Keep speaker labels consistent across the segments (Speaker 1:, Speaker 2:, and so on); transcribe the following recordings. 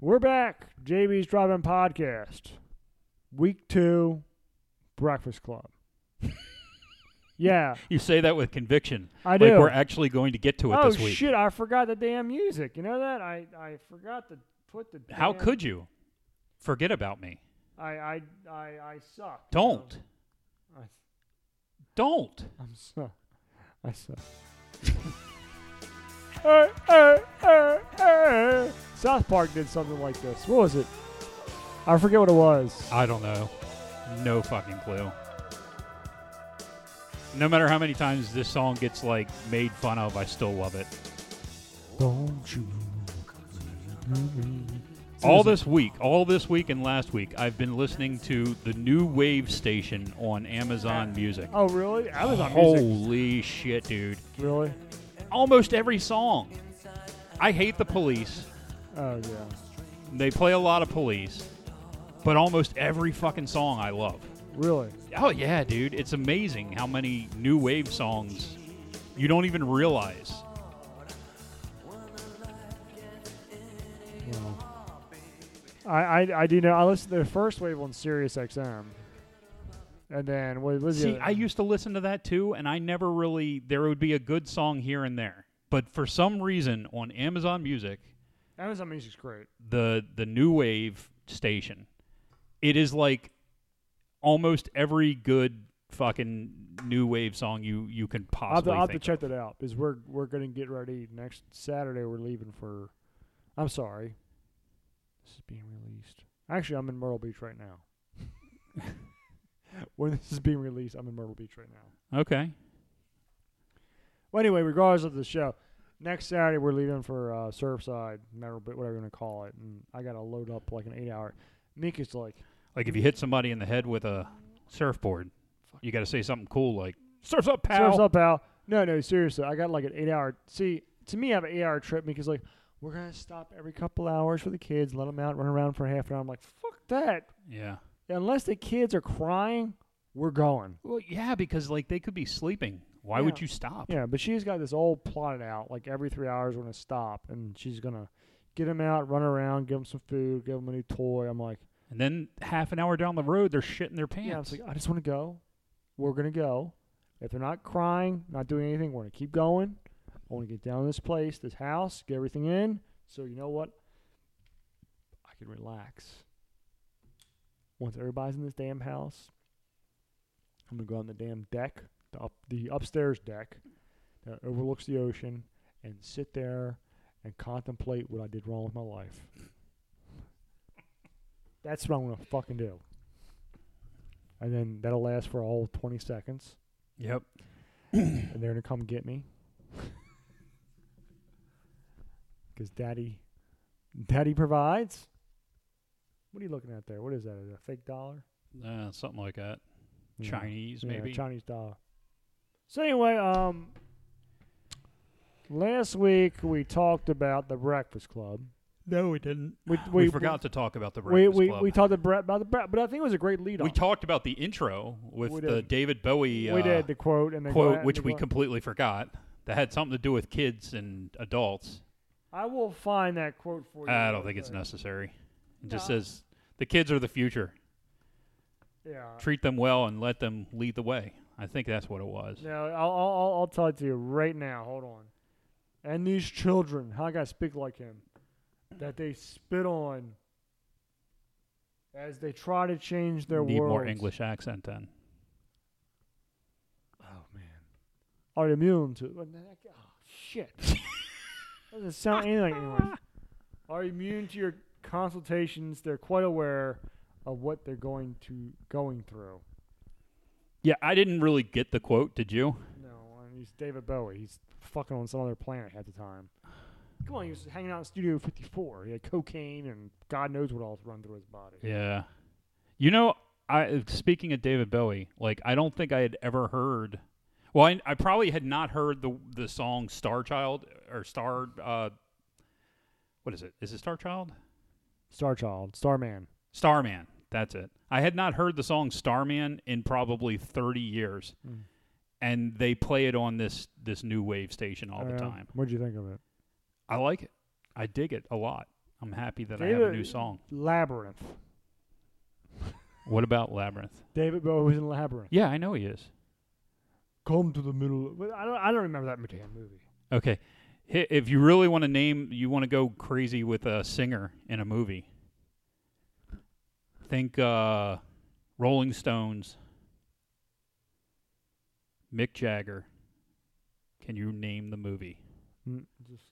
Speaker 1: We're back. JB's Driving Podcast. Week two, Breakfast Club. yeah,
Speaker 2: You say that with conviction.
Speaker 1: I do.
Speaker 2: like we're actually going to get to it
Speaker 1: oh,
Speaker 2: this week.
Speaker 1: shit. I forgot the damn music. You know that? I, I forgot to put the.
Speaker 2: How
Speaker 1: damn-
Speaker 2: could you forget about me?
Speaker 1: I, I, I, I suck. you know?
Speaker 2: Don't.
Speaker 1: I,
Speaker 2: Don't.
Speaker 1: I'm so. I suck. Uh, uh, uh, uh. South Park did something like this. What was it? I forget what it was.
Speaker 2: I don't know. No fucking clue. No matter how many times this song gets like made fun of, I still love it.
Speaker 1: Don't you?
Speaker 2: All this week, all this week and last week, I've been listening to the new wave station on Amazon Music.
Speaker 1: Oh, really? Amazon Music.
Speaker 2: Holy shit, dude.
Speaker 1: Really?
Speaker 2: Almost every song. I hate the police.
Speaker 1: Oh, yeah.
Speaker 2: They play a lot of police, but almost every fucking song I love.
Speaker 1: Really?
Speaker 2: Oh yeah, dude, it's amazing how many new wave songs you don't even realize.
Speaker 1: Wow. I, I, I do know. I listened to the first wave on Sirius XM. And then what was
Speaker 2: See,
Speaker 1: it?
Speaker 2: I used to listen to that too, and I never really there would be a good song here and there, but for some reason on Amazon Music,
Speaker 1: Amazon Music's great.
Speaker 2: the the new wave station, it is like almost every good fucking new wave song you you can
Speaker 1: I'll have, to,
Speaker 2: possibly
Speaker 1: I'll have to
Speaker 2: think
Speaker 1: check that out because we're we're gonna get ready next Saturday. We're leaving for. I'm sorry. This is being released. Actually, I'm in Myrtle Beach right now. when this is being released, I'm in Myrtle Beach right now.
Speaker 2: of. Okay.
Speaker 1: Well, anyway, regardless of the show, next Saturday we're leaving for uh, Surfside, Myrtle Beach, whatever you want to call it, and I gotta load up like an eight-hour. Mika's like,
Speaker 2: Like if you hit somebody in the head with a surfboard, you got to say something cool like "Surfs up, pal."
Speaker 1: Surf's up, pal. No, no, seriously. I got like an eight hour. See, to me, I have an eight hour trip because like we're gonna stop every couple hours for the kids, let them out, run around for half an hour. I'm like, fuck that.
Speaker 2: Yeah.
Speaker 1: Unless the kids are crying, we're going.
Speaker 2: Well, yeah, because like they could be sleeping. Why would
Speaker 1: Yeah.
Speaker 2: you stop?
Speaker 1: Yeah, but she's got this all plotted out. Like every three hours, we're gonna stop, and she's gonna get them out, run around, give them some food, give them a new toy. I'm like,
Speaker 2: And then half an hour down the road, they're shitting their
Speaker 1: yeah, I
Speaker 2: pants.
Speaker 1: was like, "Oh." I just want to go. We're gonna go. If they're not crying, not doing anything, we're gonna keep going. I want to get down to this place, this house, get everything in. So you know what? I can relax. Once everybody's in this damn house, I'm gonna go on the damn deck, the up, the upstairs deck that overlooks the ocean, and sit there and contemplate what I did wrong with my life. That's what I'm gonna fucking do. And then that'll last for all 20 seconds,
Speaker 2: yep.
Speaker 1: and they're gonna come get me. Because daddy, daddy provides. What are you looking at there? What is that? Is that a fake dollar?
Speaker 2: Uh, something like that.
Speaker 1: Yeah.
Speaker 2: Chinese,
Speaker 1: Yeah,
Speaker 2: maybe.
Speaker 1: Chinese dollar. So anyway, um, last week we talked about the Breakfast Club.
Speaker 2: no, we didn't.
Speaker 1: We
Speaker 2: We, forgot to talk about the
Speaker 1: We
Speaker 2: Breakfast
Speaker 1: we,
Speaker 2: Club.
Speaker 1: we talked about the bre- about the bre- but I think it was a great lead.
Speaker 2: We talked about the intro with
Speaker 1: We
Speaker 2: the
Speaker 1: did.
Speaker 2: David Bowie uh,
Speaker 1: we did the quote and the
Speaker 2: quote,
Speaker 1: gla-
Speaker 2: which
Speaker 1: the
Speaker 2: we
Speaker 1: gla-
Speaker 2: completely forgot. That had something to do with kids and adults.
Speaker 1: I will find that quote for you.
Speaker 2: I don't think it's
Speaker 1: Uh,
Speaker 2: necessary. It just
Speaker 1: No.
Speaker 2: says the kids are the future.
Speaker 1: Yeah.
Speaker 2: Treat them well and let them lead the way. I think that's what it was.
Speaker 1: No, I'll, I'll, I'll- I'll tell it to you right now. Hold on. And these children, how I gotta speak like him, that they spit on as they try to change their
Speaker 2: Need
Speaker 1: world.
Speaker 2: more English accent then.
Speaker 1: Oh man. Are immune to? Oh shit. Doesn't sound anything like English. Are immune to your consultations? They're quite aware of what they're going to going through.
Speaker 2: Yeah, I didn't really get the quote. Did you?
Speaker 1: No, I mean, he's David Bowie. He's fucking on some other planet at the time. Come on, he was hanging out in Studio 54. He had cocaine and God knows what else run through his body.
Speaker 2: Yeah. You know, I speaking of David Bowie, like I don't think I had ever heard. Well, I, I probably had not heard the the song Star Child or Star. Uh, what is it? Is it Star Child?
Speaker 1: Star Child, Starman.
Speaker 2: Starman. That's it. I had not heard the song Starman in probably 30 years.
Speaker 1: Mm.
Speaker 2: And they play it on this this new wave station all the
Speaker 1: Uh,
Speaker 2: time.
Speaker 1: What'd you think of it?
Speaker 2: I like it. I dig it a lot. I'm happy that I have a
Speaker 1: David-
Speaker 2: new song.
Speaker 1: Labyrinth.
Speaker 2: What about Labyrinth?
Speaker 1: David Bowie was in Labyrinth.
Speaker 2: Yeah, I know he is.
Speaker 1: Come to the middle. Of, I don't. I don't remember that damn movie.
Speaker 2: Okay. Hi- If you really want to name, you want to go crazy with a singer in a movie, think uh, Rolling Stones, Mick Jagger. Can you name the movie?
Speaker 1: Mm, Just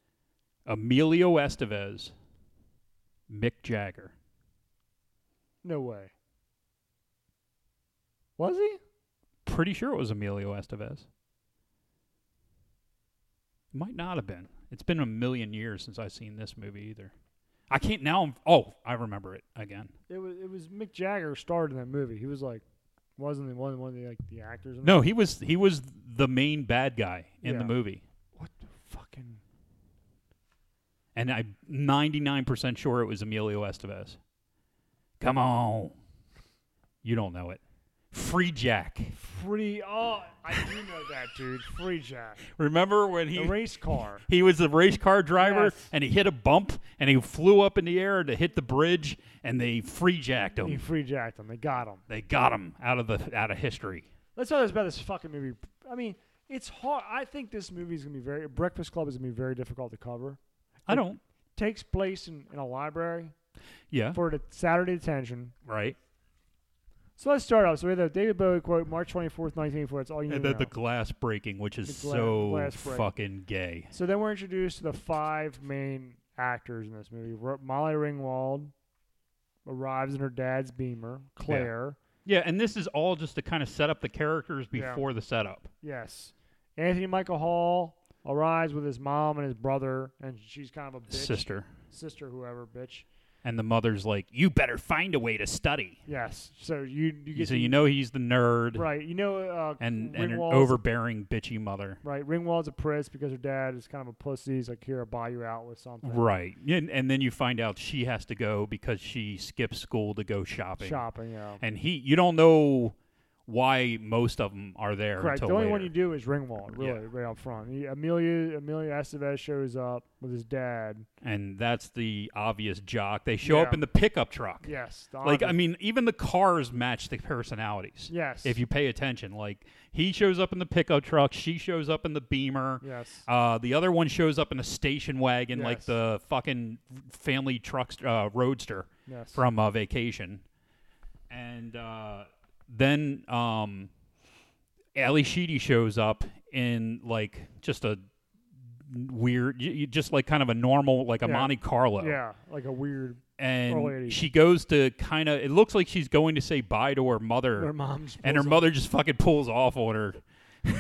Speaker 2: Emilio Estevez, Mick Jagger.
Speaker 1: no way. Was he?
Speaker 2: Pretty sure it was Emilio Estevez. Might not have been. It's been a million years since I've seen this movie either. I can't now. I'm, oh, I remember it again.
Speaker 1: It was. It was Mick Jagger starred in that movie. He was like, wasn't he one one of the like the actors? In
Speaker 2: No, he was he was the main bad guy in the
Speaker 1: Yeah.
Speaker 2: movie,
Speaker 1: That? What the fucking?
Speaker 2: and I'm 99 percent sure it was Emilio Estevez. Come on, you don't know it. Free Jack.
Speaker 1: Free. Oh, I do know that dude. Free Jack.
Speaker 2: Remember when
Speaker 1: The
Speaker 2: he
Speaker 1: race car.
Speaker 2: he was the race car driver
Speaker 1: Yes.
Speaker 2: and he hit a bump and he flew up in the air to hit the bridge and they free jacked him.
Speaker 1: He free jacked him. They got him.
Speaker 2: They got him out of the out of history.
Speaker 1: Let's talk about this fucking movie. I mean, it's hard. I think this movie is gonna be very. Breakfast Club is gonna be very difficult to cover.
Speaker 2: I don't.
Speaker 1: Takes place in, in a library
Speaker 2: Yeah.
Speaker 1: for the Saturday detention.
Speaker 2: Right.
Speaker 1: So let's start off. So we have the David Bowie quote, March twenty fourth, nineteen eighty four. That's all you need.
Speaker 2: And
Speaker 1: to
Speaker 2: then the
Speaker 1: know.
Speaker 2: glass breaking, which is
Speaker 1: The gla-
Speaker 2: so
Speaker 1: glass break.
Speaker 2: fucking gay.
Speaker 1: So then we're introduced to the five main actors in this movie. Ro- Molly Ringwald arrives in her dad's Beamer. Claire,
Speaker 2: Yeah, and this is all just to kind of set up the characters
Speaker 1: Yeah.
Speaker 2: before the setup.
Speaker 1: yes. Anthony Michael Hall arrives with his mom and his brother, and she's kind of a bitch.
Speaker 2: Sister.
Speaker 1: sister, whoever, bitch.
Speaker 2: And the mother's like, You better find a way to study.
Speaker 1: Yes. So you you get
Speaker 2: so
Speaker 1: to-
Speaker 2: you know he's the nerd
Speaker 1: right. You know uh,
Speaker 2: and, and an
Speaker 1: Ringwald's-
Speaker 2: overbearing bitchy mother.
Speaker 1: right. Ringwald's a priss because her dad is kind of a pussy. He's like, here, I'll buy you out with something.
Speaker 2: Right. And, and then you find out she has to go because she skips school to go shopping.
Speaker 1: Shopping, yeah.
Speaker 2: And he you don't know why most of them are there
Speaker 1: Correct. The
Speaker 2: until
Speaker 1: only
Speaker 2: later.
Speaker 1: one you do is Ringwald,
Speaker 2: Yeah.
Speaker 1: really, right up front. He, Amelia Amelia Estevez shows up with his dad.
Speaker 2: and that's the obvious jock. They show up
Speaker 1: Yeah.
Speaker 2: in the pickup truck.
Speaker 1: Yes. the
Speaker 2: Like I
Speaker 1: obvious-
Speaker 2: mean, even the cars match the personalities.
Speaker 1: Yes.
Speaker 2: If you pay attention, like he shows up in the pickup truck, she shows up in the Beamer.
Speaker 1: Yes.
Speaker 2: Uh, the other one shows up in a station wagon, like
Speaker 1: Yes.
Speaker 2: the fucking family truck uh, roadster
Speaker 1: yes.
Speaker 2: from uh, Vacation. And uh, then um, Ali Sheedy shows up in like just a weird, y- y- just like kind of a normal, like a
Speaker 1: Yeah.
Speaker 2: Monte Carlo
Speaker 1: yeah. Like a weird.
Speaker 2: and
Speaker 1: Early 80s.
Speaker 2: she goes to kind of it looks like she's going to say bye to her mother
Speaker 1: Her mom's.
Speaker 2: and her
Speaker 1: pulls
Speaker 2: mother just fucking pulls off on her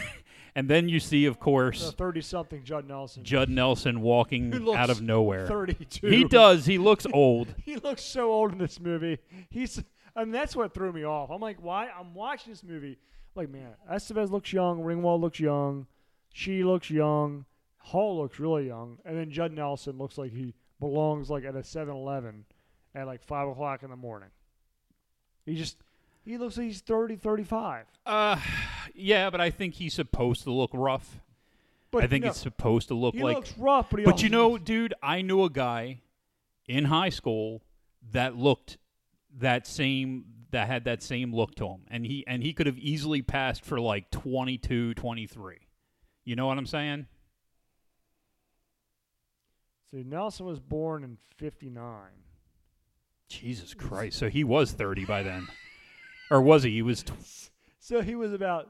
Speaker 2: and then you see of
Speaker 1: up
Speaker 2: course
Speaker 1: a Thirty-something Judd Nelson.
Speaker 2: judd nelson walking
Speaker 1: Who looks
Speaker 2: out of nowhere
Speaker 1: Thirty-two.
Speaker 2: he does he looks old
Speaker 1: He looks so old in this movie. He's. I mean, that's what threw me off. I'm like, why? I'm watching this movie. Like, man, Estevez looks young. Ringwald looks young. She looks young. Hall looks really young. And then Judd Nelson looks like he belongs like at a 7-Eleven at like five o'clock in the morning. He just. He looks like he's 30, 35.
Speaker 2: uh yeah but i think he's supposed to look rough
Speaker 1: But
Speaker 2: i think
Speaker 1: no,
Speaker 2: it's supposed to look
Speaker 1: he
Speaker 2: like
Speaker 1: looks rough, but he
Speaker 2: but
Speaker 1: also
Speaker 2: you know
Speaker 1: looks-
Speaker 2: dude i knew a guy in high school that looked that same that had that same look to him and he and he could have easily passed for like 22 23 you know what i'm saying
Speaker 1: so Nelson was born in fifty nine.
Speaker 2: jesus christ so he was 30 by then or was he he was tw-
Speaker 1: So he was about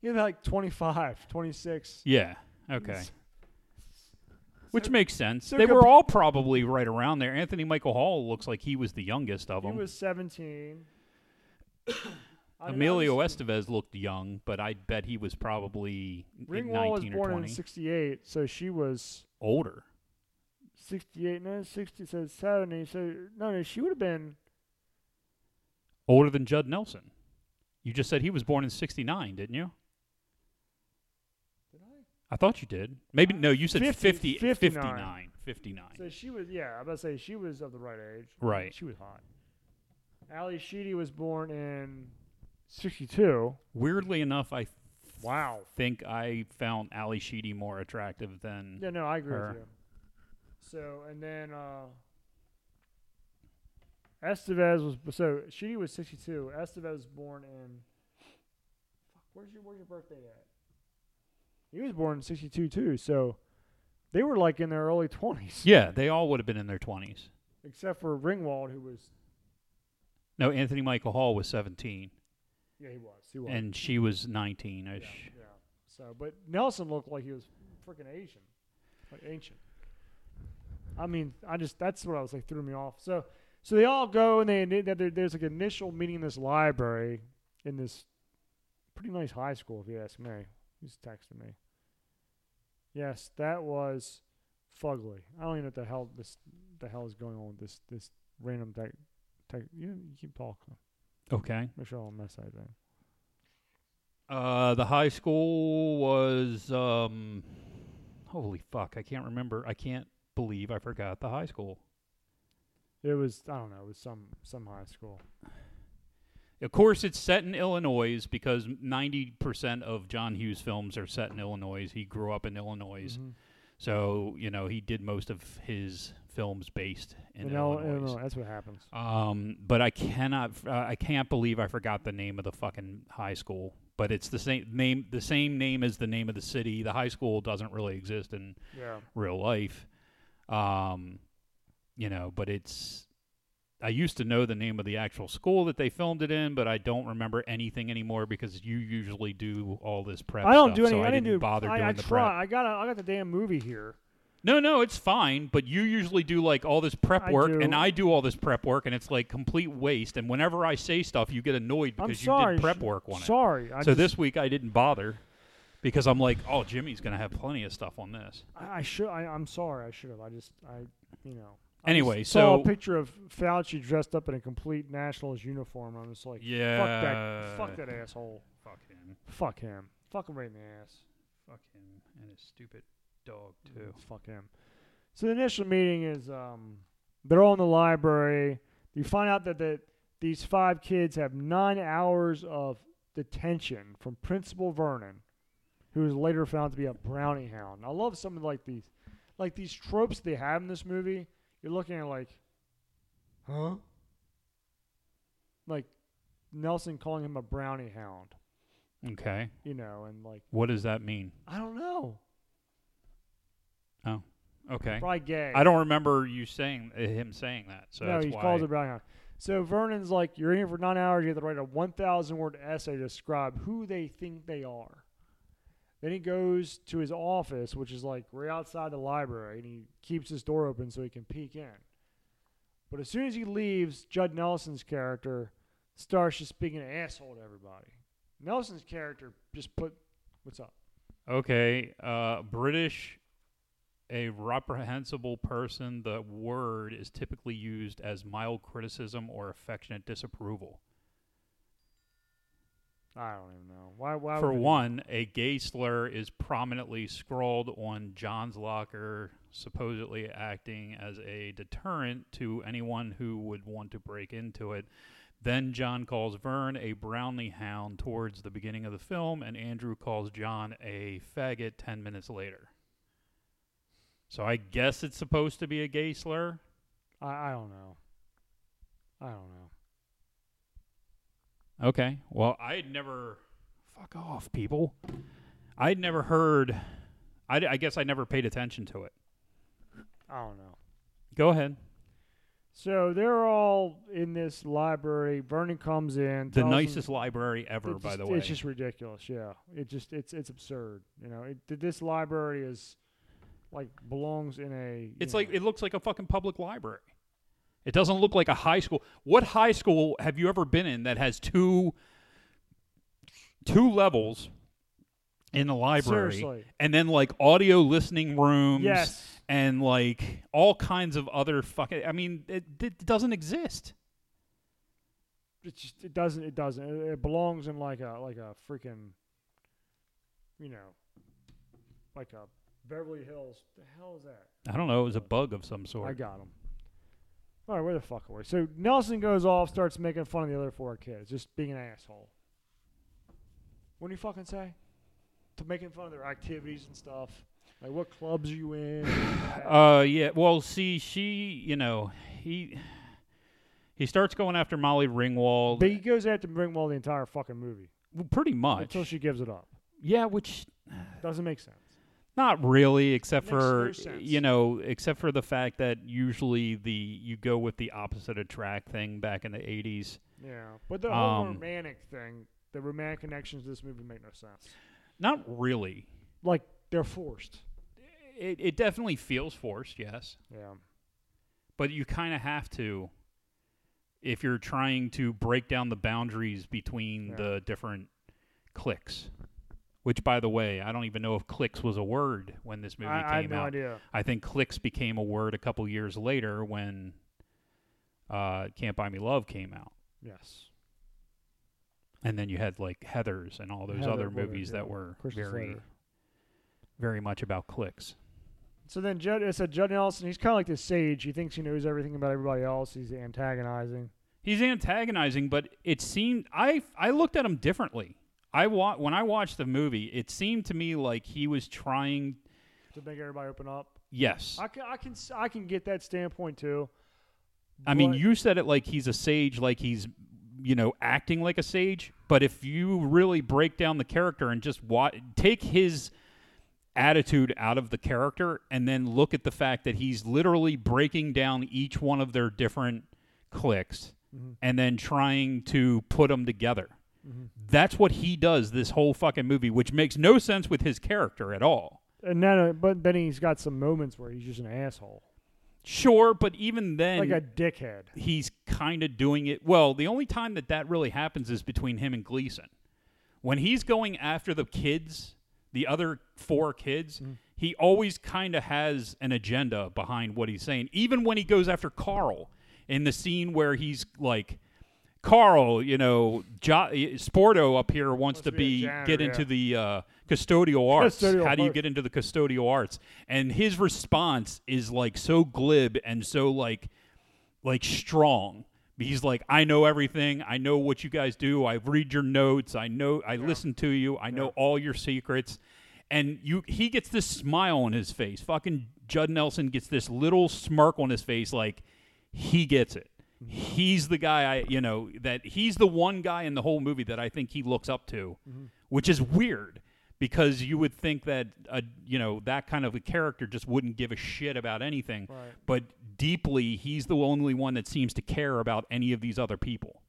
Speaker 1: he was about like 25, 26.
Speaker 2: yeah okay which makes sense
Speaker 1: so
Speaker 2: they
Speaker 1: compa-
Speaker 2: were all probably right around there anthony michael hall looks like he was the youngest of
Speaker 1: He
Speaker 2: them
Speaker 1: was 17. I mean,
Speaker 2: emilio
Speaker 1: I
Speaker 2: estevez looked young but i bet he was probably
Speaker 1: was, Ringwald
Speaker 2: 19
Speaker 1: was
Speaker 2: or
Speaker 1: born
Speaker 2: 20
Speaker 1: in 68, so she was
Speaker 2: older.
Speaker 1: 68, no, 60, so 70. So, no, no, she would have been,
Speaker 2: Older than Judd Nelson. You just said he was born in 69, didn't you?
Speaker 1: Did I?
Speaker 2: I thought you did. Maybe, no, you said
Speaker 1: 50
Speaker 2: 50,
Speaker 1: 59.
Speaker 2: 59. 59.
Speaker 1: so she was, yeah, I'm about to say she was of the right age.
Speaker 2: Right.
Speaker 1: She was hot. Ali Sheedy was born in 62.
Speaker 2: Weirdly enough, I
Speaker 1: Wow.
Speaker 2: think I found Ali Sheedy more attractive than.
Speaker 1: Yeah, no, I agree
Speaker 2: Her.
Speaker 1: with you. So, and then, uh, Estevez was so she was 62. Estevez was born in. Fuck, where's your where's your birthday at? He was born in 62 too, so they were like in their early 20s.
Speaker 2: Yeah, they all would have been in their 20s.
Speaker 1: Except for Ringwald, who was
Speaker 2: No, Anthony Michael Hall was 17
Speaker 1: yeah he was he was
Speaker 2: and she was 19
Speaker 1: yeah,
Speaker 2: ish.
Speaker 1: yeah. So, but Nelson looked like he was freaking Asian, like ancient. I mean, I just that's what I was like threw me off. So, so they all go and they that there, there's like an initial meeting in this library in this pretty nice high school, if you ask me. He's texting me. Yes, that was fugly. I don't even know what the hell this the hell is going on with this this random tech. tech you, you keep talking.
Speaker 2: Okay.
Speaker 1: Make sure I don't mess anything.
Speaker 2: Uh, the high school was um, holy fuck! I can't remember. I can't believe I forgot the high school.
Speaker 1: It was I don't know. It was some some high school.
Speaker 2: Of course, it's set in Illinois because ninety percent of John Hughes films are set in Illinois. He grew up in Illinois,
Speaker 1: Mhm.
Speaker 2: so you know he did most of his films based in,
Speaker 1: In Ill-
Speaker 2: Illinois.
Speaker 1: Illinois, That's what happens.
Speaker 2: Um, but I cannot, uh, I can't believe I forgot the name of the fucking high school. But it's the same name, the same name as the name of the city. The high school doesn't really exist in
Speaker 1: Yeah.
Speaker 2: real life. Um, you know, but it's I used to know the name of the actual school that they filmed it in, but I don't remember anything anymore because you usually do all this prep.
Speaker 1: I don't
Speaker 2: stuff,
Speaker 1: do any.
Speaker 2: so
Speaker 1: I,
Speaker 2: I
Speaker 1: didn't do.
Speaker 2: bother
Speaker 1: I,
Speaker 2: doing
Speaker 1: I
Speaker 2: the
Speaker 1: try.
Speaker 2: prep.
Speaker 1: I got. A, I got the damn movie here.
Speaker 2: No, no, it's fine. But you usually do like all this prep
Speaker 1: I
Speaker 2: work,
Speaker 1: do.
Speaker 2: and I do all this prep work, and it's like complete waste. And whenever I say stuff, you get annoyed
Speaker 1: I'm
Speaker 2: because you
Speaker 1: sorry,
Speaker 2: did prep
Speaker 1: sh-
Speaker 2: work on it.
Speaker 1: Sorry. I
Speaker 2: so
Speaker 1: just-
Speaker 2: this week I didn't bother because I'm like, oh, Jimmy's gonna have plenty of stuff on this.
Speaker 1: I, I should. I, I'm sorry. I should have. I just. I. You know. I
Speaker 2: Anyway,
Speaker 1: just saw
Speaker 2: so-
Speaker 1: a picture of Fauci dressed up in a complete nationalist uniform. I'm just like, fuck that.
Speaker 2: Yeah.
Speaker 1: Fuck that asshole.
Speaker 2: Fuck him.
Speaker 1: Fuck him. Fuck him right in the ass.
Speaker 2: Fuck him and his stupid dog too.
Speaker 1: Mm, Fuck him. So the initial meeting is um, they're all in the library. You find out that the, these five kids have nine hours of detention from Principal Vernon, who was later found to be a brownie hound. I love some of like these, like these tropes they have in this movie. You're looking at like, huh? Like Nelson calling him a brownie hound,
Speaker 2: Okay,
Speaker 1: you know, and like
Speaker 2: what does that mean?
Speaker 1: I don't know,
Speaker 2: Okay,
Speaker 1: probably gay.
Speaker 2: I don't remember you saying uh, him saying that. So
Speaker 1: no,
Speaker 2: that's
Speaker 1: he
Speaker 2: why.
Speaker 1: calls it Brown Hound. So Vernon's like, you're in here for nine hours. You have to write a 1,000 word essay to describe who they think they are. Then he goes to his office, which is like right outside the library, and he keeps his door open so he can peek in. But as soon as he leaves, Judd Nelson's character starts just being an asshole to everybody. Nelson's character just put, what's up?
Speaker 2: Okay, uh, British, a reprehensible person. The word is typically used as mild criticism or affectionate disapproval.
Speaker 1: I don't even know. Why? Why?
Speaker 2: For
Speaker 1: would they-
Speaker 2: one, a gay slur is prominently scrawled on John's locker, supposedly acting as a deterrent to anyone who would want to break into it. Then John calls Vern a brownie hound towards the beginning of the film, and Andrew calls John a faggot 10 minutes later. So I guess it's supposed to be a gay slur.
Speaker 1: I, I don't know. I don't know.
Speaker 2: Okay. Well, I had never. Fuck off, people. I'd never heard. I, I guess I never paid attention to it.
Speaker 1: I don't know.
Speaker 2: Go ahead.
Speaker 1: So they're all in this library. Vernon comes in.
Speaker 2: The
Speaker 1: tells
Speaker 2: nicest
Speaker 1: them,
Speaker 2: library ever,
Speaker 1: It's
Speaker 2: by
Speaker 1: just-
Speaker 2: the way.
Speaker 1: It's just ridiculous. Yeah, it just it's it's absurd. You know, it, th- this library is like belongs in a. you
Speaker 2: it's
Speaker 1: know,
Speaker 2: like it looks like a fucking public library. It doesn't look like a high school. What high school have you ever been in that has two two levels in the library
Speaker 1: Seriously.
Speaker 2: and then like audio listening rooms
Speaker 1: Yes.
Speaker 2: and like all kinds of other fucking I mean it, it doesn't exist.
Speaker 1: It just it doesn't it doesn't it, it belongs in like a like a freaking. You know, like a Beverly Hills. The hell is that?
Speaker 2: I don't know. It was a bug of some sort.
Speaker 1: I got him. All right, where the fuck are we? So Nelson goes off, starts making fun of the other four kids, just being an asshole. What do you fucking say? To making fun of their activities and stuff. Like, what clubs are you in?
Speaker 2: Uh, yeah. Well, see, she, you know, he, He starts going after Molly Ringwald,
Speaker 1: But he goes after Ringwald the entire fucking movie
Speaker 2: w- pretty much.
Speaker 1: until she gives it up.
Speaker 2: yeah, which
Speaker 1: Doesn't make sense.
Speaker 2: not really, except
Speaker 1: Makes no
Speaker 2: for
Speaker 1: sense.
Speaker 2: you know, except for the fact that usually the you go with the opposite attract thing back in the '80s.
Speaker 1: Yeah, but the whole
Speaker 2: Um,
Speaker 1: romantic thing, the romantic connections to this movie make no sense.
Speaker 2: Not really.
Speaker 1: Like they're forced.
Speaker 2: It, it definitely feels forced, yes,
Speaker 1: Yeah.
Speaker 2: but you kind of have to if you're trying to break down the boundaries between
Speaker 1: Yeah.
Speaker 2: the different cliques. Which, by the way, I don't even know if "cliques" was a word when this movie
Speaker 1: I,
Speaker 2: came
Speaker 1: I have no
Speaker 2: out.
Speaker 1: idea.
Speaker 2: I think clicks became a word a couple years later when uh, Can't Buy Me Love came out.
Speaker 1: Yes.
Speaker 2: And then you had like Heathers and all those
Speaker 1: Heather
Speaker 2: other
Speaker 1: Woodard,
Speaker 2: movies
Speaker 1: yeah.
Speaker 2: that were
Speaker 1: Christian
Speaker 2: very,
Speaker 1: Slater.
Speaker 2: very much about clicks.
Speaker 1: So then Judd, it's a Judd Nelson. He's kind of like this sage. He thinks he knows everything about everybody else. He's antagonizing.
Speaker 2: He's antagonizing, but it seemed I I looked at him differently. I wa- when I watched the movie, it seemed to me like he was trying.
Speaker 1: to make everybody open up.
Speaker 2: Yes,
Speaker 1: I can, I can, s- I can get that standpoint too.
Speaker 2: I mean,
Speaker 1: but-
Speaker 2: you said it like he's a sage, like he's, you know, acting like a sage. But if you really break down the character and just wa- take his attitude out of the character and then look at the fact that he's literally breaking down each one of their different clicks
Speaker 1: Mhm.
Speaker 2: and then trying to put them together.
Speaker 1: Mhm.
Speaker 2: That's what he does this whole fucking movie, which makes no sense with his character at all.
Speaker 1: and then, uh, but then he's got some moments where he's just an asshole,
Speaker 2: Sure, but even then,
Speaker 1: like a dickhead.
Speaker 2: he's kind of doing it. Well, the only time that that really happens is between him and Gleason. When he's going after the kids, the other four kids,
Speaker 1: Mm.
Speaker 2: he always kind of has an agenda behind what he's saying. Even when he goes after Carl in the scene where he's like, Carl, you know, jo- Sporto up here wants
Speaker 1: Wants
Speaker 2: to
Speaker 1: to be a
Speaker 2: be
Speaker 1: janitor,
Speaker 2: get
Speaker 1: yeah.
Speaker 2: into the uh, custodial arts.
Speaker 1: Custodial
Speaker 2: How do you
Speaker 1: arts.
Speaker 2: get into the custodial arts? And his response is like so glib and so like like strong. He's like, I know everything. I know what you guys do. I read your notes. I know. I listen to you. I know all your secrets. And you, he gets this smile on his face. Fucking Judd Nelson gets this little smirk on his face, like he gets it. He's the guy I, you know, that he's the one guy in the whole movie that I think he looks up to, which is weird because you would think that, uh, you know, that kind of a character just wouldn't give a shit about anything
Speaker 1: Right.
Speaker 2: but deeply he's the only one that seems to care about any of these other people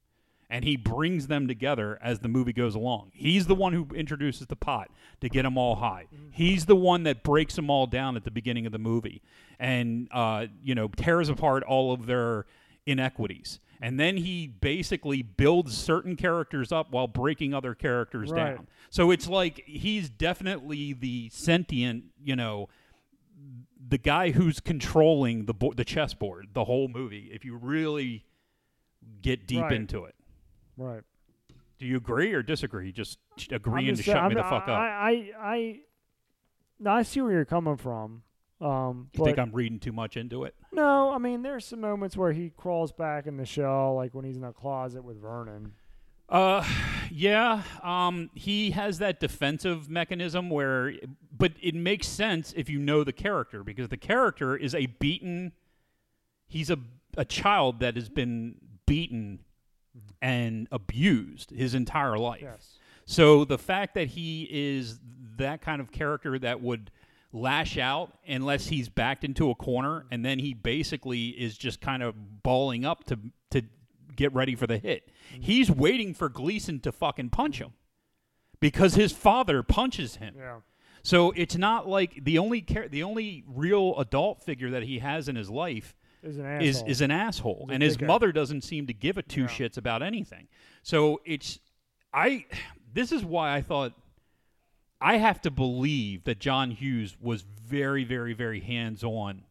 Speaker 2: and he brings them together as the movie goes along he's the one who introduces the pot to get them all high he's the one that breaks them all down at the beginning of the movie and uh, you know tears apart all of their inequities and then he basically builds certain characters up while breaking other characters
Speaker 1: Right.
Speaker 2: down so it's like he's definitely the sentient you know the guy who's controlling the bo- the chessboard the whole movie if you really get deep
Speaker 1: Right.
Speaker 2: into it
Speaker 1: Right.
Speaker 2: do you agree or disagree just ch-
Speaker 1: I'm
Speaker 2: agreeing
Speaker 1: just
Speaker 2: to
Speaker 1: saying-
Speaker 2: shut
Speaker 1: I'm-
Speaker 2: me the fuck up
Speaker 1: I, I, I, no, I see where you're coming from. Um,
Speaker 2: you think
Speaker 1: but-
Speaker 2: i'm reading too much into it
Speaker 1: no, I mean there's some moments where he crawls back in the shell, like when he's in the closet with Vernon.
Speaker 2: uh yeah um he has that defensive mechanism where but it makes sense if you know the character because the character is a beaten he's a a child that has been beaten
Speaker 1: Mm-hmm.
Speaker 2: and abused his entire life
Speaker 1: Yes.
Speaker 2: So the fact that he is that kind of character that would lash out unless he's backed into a corner, and then he basically is just kind of balling up to to get ready for the hit. He's waiting for Gleason to fucking punch him because his father punches him.
Speaker 1: Yeah.
Speaker 2: So it's not like the only char- the only real adult figure that he has in his life
Speaker 1: Is an
Speaker 2: is
Speaker 1: asshole.
Speaker 2: is an asshole,
Speaker 1: a
Speaker 2: and his
Speaker 1: dickhead.
Speaker 2: mother doesn't seem to give a two
Speaker 1: Yeah.
Speaker 2: shits about anything. So it's I. This is why I thought I have to believe that John Hughes was very, very, very hands on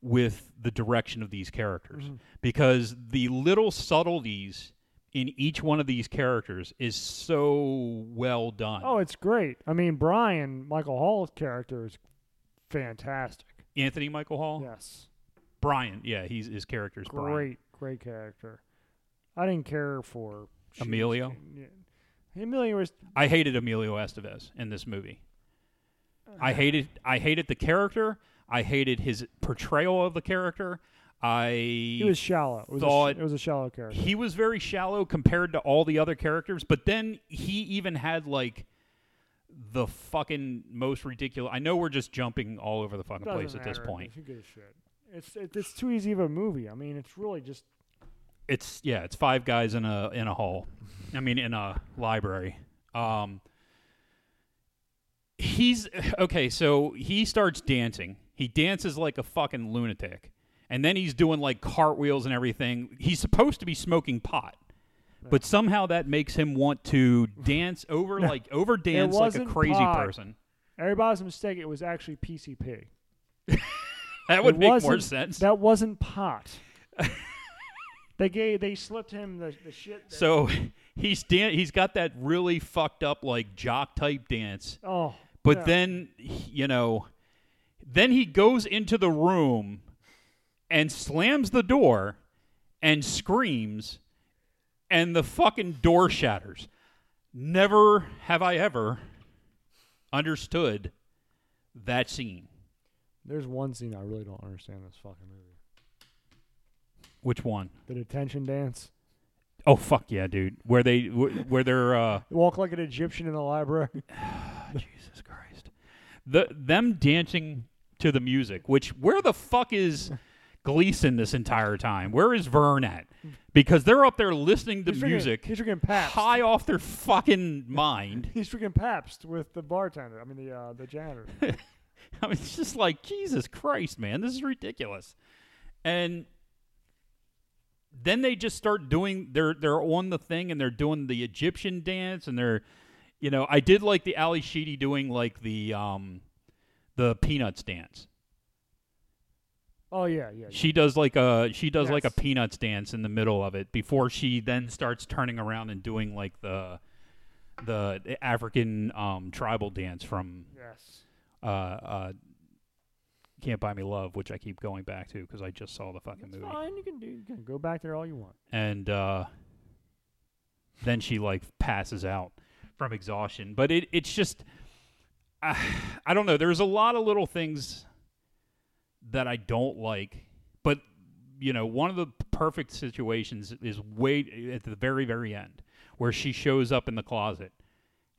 Speaker 2: with the direction of these characters
Speaker 1: Mm-hmm.
Speaker 2: because the little subtleties in each one of these characters is so well done.
Speaker 1: oh, it's great. I mean Brian Michael Hall's character is fantastic.
Speaker 2: Anthony Michael Hall,
Speaker 1: Yes.
Speaker 2: Brian, yeah, Oh. he's his character's
Speaker 1: great,
Speaker 2: Brian.
Speaker 1: great character. I didn't care for Sheen's
Speaker 2: Emilio?
Speaker 1: King. Yeah. Emilio was
Speaker 2: I hated Emilio Estevez in this movie.
Speaker 1: Uh-huh.
Speaker 2: I hated I hated the character. I hated his portrayal of the character. I
Speaker 1: He was shallow. It was, a,
Speaker 2: thought-
Speaker 1: sh- it was a shallow character.
Speaker 2: he was very shallow compared to all the other characters but then he even had like the fucking most ridiculous i know we're just jumping all over the fucking
Speaker 1: Doesn't
Speaker 2: place at this
Speaker 1: matter.
Speaker 2: point
Speaker 1: Who gives a shit? It's it, it's too easy of a movie. I mean, it's really just
Speaker 2: it's yeah it's five guys in a in a hall i mean in a library um he's okay so he starts dancing he dances like a fucking lunatic and then he's doing like cartwheels and everything he's supposed to be smoking pot but somehow that makes him want to dance over like over dance like a
Speaker 1: wasn't
Speaker 2: crazy
Speaker 1: pot.
Speaker 2: person
Speaker 1: everybody's mistake. It was actually PCP.
Speaker 2: that would
Speaker 1: It
Speaker 2: make more
Speaker 1: wasn't-
Speaker 2: sense
Speaker 1: That wasn't pot. they gave they slipped him the, the shit. that-
Speaker 2: so he's dan- he's got that really fucked up like jock type dance
Speaker 1: oh,
Speaker 2: But
Speaker 1: yeah.
Speaker 2: then, you know, then he goes into the room and slams the door and screams, and the fucking door shatters. Never have I ever understood that scene.
Speaker 1: there's one scene I really don't understand in this fucking movie.
Speaker 2: Which one?
Speaker 1: The detention dance.
Speaker 2: Oh fuck yeah, dude! Where they wh- where they're uh,
Speaker 1: Walk like an Egyptian in the library.
Speaker 2: Jesus Christ, the them dancing to the music. Which where the fuck is Gleason this entire time? Where is Vern at? Because they're up there listening to
Speaker 1: He's freaking-
Speaker 2: music,
Speaker 1: he's freaking Pabst.
Speaker 2: high off their fucking mind.
Speaker 1: He's freaking Pabst with the bartender. I mean the uh, the janitor.
Speaker 2: I mean, it's just like Jesus Christ, man, this is ridiculous. And then they just start doing they're they're on the thing and they're doing the Egyptian dance and they're you know, I did like the Ali Sheedy doing like the um the peanuts dance.
Speaker 1: Oh yeah, yeah. yeah.
Speaker 2: She does like a she does like
Speaker 1: Yes.
Speaker 2: a peanuts dance in the middle of it before she then starts turning around and doing like the the African um tribal dance from
Speaker 1: Yes.
Speaker 2: uh, uh, Can't Buy Me Love, which I keep going back to because I just saw the fucking
Speaker 1: It's
Speaker 2: movie.
Speaker 1: fine. You can do. You can go back there all you want.
Speaker 2: And uh, then she like passes out from exhaustion. But it it's just I, I don't know. There's a lot of little things that I don't like, but you know, one of the perfect situations is way at the very very end where she shows up in the closet.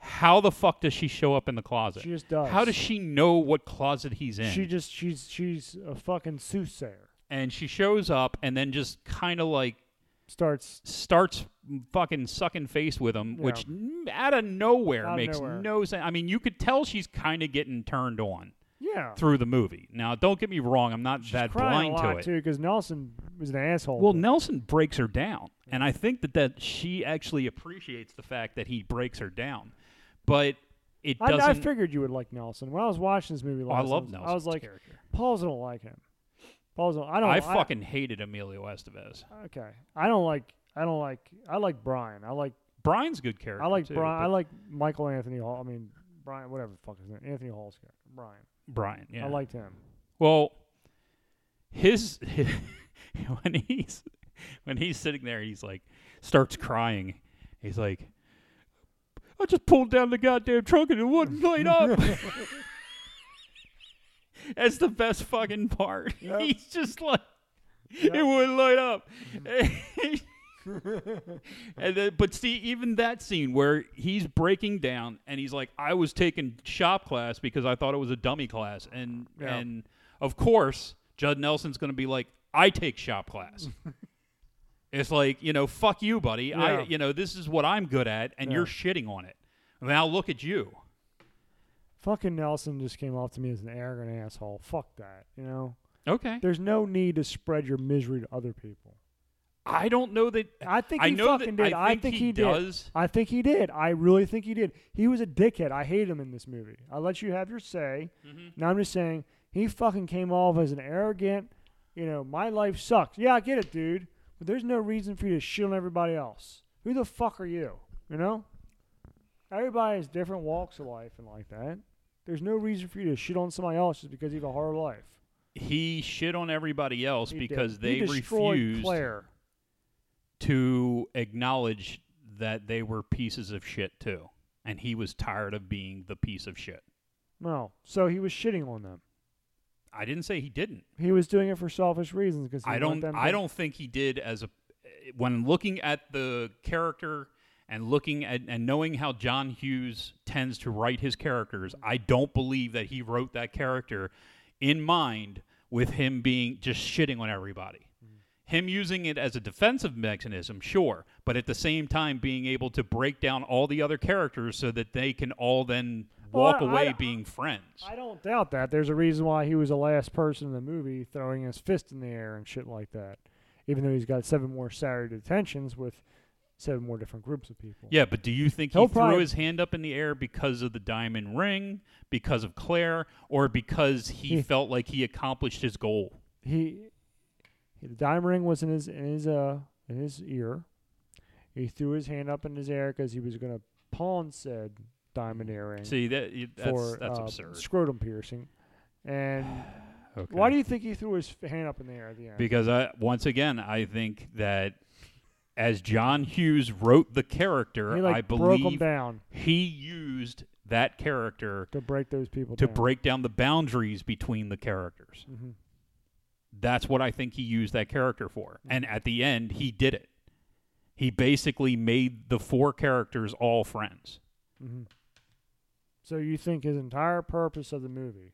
Speaker 2: How the fuck does she show up in the closet?
Speaker 1: She just does.
Speaker 2: How does she know what closet he's in?
Speaker 1: She just she's she's a fucking soothsayer.
Speaker 2: and she shows up and then just kind of like
Speaker 1: Starts
Speaker 2: starts fucking sucking face with him,
Speaker 1: Yeah.
Speaker 2: which n- out of nowhere
Speaker 1: Out of
Speaker 2: makes
Speaker 1: nowhere.
Speaker 2: no sense. I mean, you could tell she's kind of getting turned on
Speaker 1: yeah.
Speaker 2: through the movie. Now, don't get me wrong, I'm not that
Speaker 1: crying
Speaker 2: blind
Speaker 1: a lot
Speaker 2: to it.
Speaker 1: too because Nelson was an asshole.
Speaker 2: Well, Nelson breaks her down, and I think that that she actually appreciates the fact that he breaks her down, but it
Speaker 1: I,
Speaker 2: doesn't.
Speaker 1: I figured you would like Nelson. When I was watching this movie
Speaker 2: Oh, I
Speaker 1: last,
Speaker 2: love
Speaker 1: time,
Speaker 2: Nelson's
Speaker 1: I was like,
Speaker 2: character.
Speaker 1: Paul's don't like him. Paul's don't. I don't.
Speaker 2: I fucking hated Emilio Estevez.
Speaker 1: okay. I don't like. I don't like. I like Brian. I like.
Speaker 2: Brian's a good character.
Speaker 1: I like
Speaker 2: too,
Speaker 1: Brian. I
Speaker 2: but-
Speaker 1: like Michael Anthony Hall. I mean Brian. Whatever the fuck his name. Anthony Hall's character. Brian.
Speaker 2: Brian. Yeah.
Speaker 1: I liked him.
Speaker 2: Well, his, when he's when he's sitting there, he's like starts crying. He's like, "I just pulled down the goddamn trunk and it wouldn't light up." That's the best fucking part.
Speaker 1: Yep.
Speaker 2: He's just like, it
Speaker 1: Yep.
Speaker 2: wouldn't light up.
Speaker 1: Mm-hmm.
Speaker 2: and then, but see, even that scene where he's breaking down and he's like, "I was taking shop class because I thought it was a dummy class," and
Speaker 1: Yeah.
Speaker 2: and of course, Judd Nelson's going to be like, "I take shop class." it's like you know, fuck you, buddy. I
Speaker 1: Yeah.
Speaker 2: you know this is what I'm good at, and you're
Speaker 1: Yeah.
Speaker 2: shitting on it. Now look at you.
Speaker 1: Fucking Nelson just came off to me as an arrogant asshole. Fuck that. You know.
Speaker 2: Okay,
Speaker 1: There's no need to spread your misery to other people.
Speaker 2: I don't know that.
Speaker 1: I think
Speaker 2: I
Speaker 1: he
Speaker 2: know
Speaker 1: fucking
Speaker 2: that,
Speaker 1: did.
Speaker 2: I think, he,
Speaker 1: did.
Speaker 2: does.
Speaker 1: I think he did. I really think he did. He was a dickhead. I hate him in this movie. I let you have your say.
Speaker 2: Mm-hmm.
Speaker 1: Now I'm just saying he fucking came off as an arrogant. You know, my life sucks. Yeah, I get it, dude. But there's no reason for you to shit on everybody else. Who the fuck are you? You know, everybody has different walks of life and like that. There's no reason for you to shit on somebody else just because you have a hard life.
Speaker 2: He shit on everybody else
Speaker 1: He did.
Speaker 2: because
Speaker 1: He
Speaker 2: they
Speaker 1: destroyed
Speaker 2: refused
Speaker 1: Claire.
Speaker 2: to acknowledge that they were pieces of shit too, and he was tired of being the piece of shit.
Speaker 1: No, so he was shitting on them.
Speaker 2: I didn't say he didn't.
Speaker 1: He was doing it for selfish reasons because
Speaker 2: I don't. I don't think he did as a. When looking at the character and looking at and knowing how John Hughes tends to write his characters, I don't believe that he wrote that character in mind with him being just shitting on everybody.
Speaker 1: Mm.
Speaker 2: Him using it as a defensive mechanism, sure, but at the same time being able to break down all the other characters so that they can all then
Speaker 1: Well,
Speaker 2: walk
Speaker 1: I- I-
Speaker 2: away being friends.
Speaker 1: I don't doubt that. There's a reason why he was the last person in the movie throwing his fist in the air and shit like that. Even though he's got seven more Saturday detentions with seven more different groups of people.
Speaker 2: Yeah, but do you think
Speaker 1: He'll
Speaker 2: he
Speaker 1: probably-
Speaker 2: threw his hand up in the air because of the diamond ring, because of Claire, or because he
Speaker 1: Yeah.
Speaker 2: felt like he accomplished his goal?
Speaker 1: He, he- the diamond ring was in his in his uh in his ear. He threw his hand up in his air because he was gonna pawn said diamond earring
Speaker 2: See that you- that's
Speaker 1: for
Speaker 2: that's
Speaker 1: uh,
Speaker 2: absurd.
Speaker 1: scrotum piercing. And
Speaker 2: Okay.
Speaker 1: why do you think he threw his f- hand up in the air at the end?
Speaker 2: because I once again I think that as John Hughes wrote the character,
Speaker 1: he like
Speaker 2: I
Speaker 1: broke them
Speaker 2: believe
Speaker 1: down
Speaker 2: he used that character
Speaker 1: to break those people
Speaker 2: to
Speaker 1: down.
Speaker 2: break down the boundaries between the characters.
Speaker 1: hmm
Speaker 2: That's what I think he used that character for. And at the end, he did it. He basically made the four characters all friends.
Speaker 1: hmm So you think his entire purpose of the movie,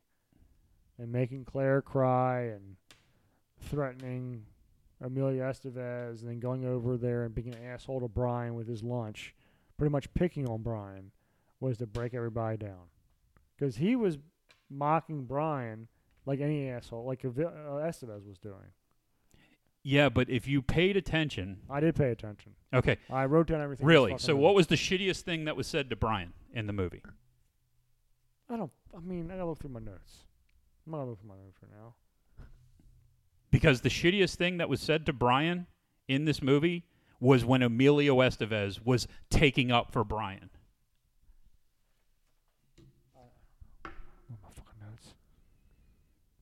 Speaker 1: and making Claire cry and threatening Amelia Estevez, and then going over there and being an asshole to Brian with his lunch, pretty much picking on Brian, was to break everybody down, because he was mocking Brian like any asshole, like Avi- uh, Estevez was doing.
Speaker 2: Yeah, but if you paid attention,
Speaker 1: I did pay attention.
Speaker 2: okay,
Speaker 1: I wrote down everything. in this
Speaker 2: really.
Speaker 1: fucking
Speaker 2: So
Speaker 1: movie.
Speaker 2: what was the shittiest thing that was said to Brian in the movie?
Speaker 1: I don't. I mean, I gotta look through my notes. I'm not gonna look through my notes right now.
Speaker 2: Because the shittiest thing that was said to Brian in this movie was when Emilio Estevez was taking up for Brian.
Speaker 1: What Oh, my fucking notes?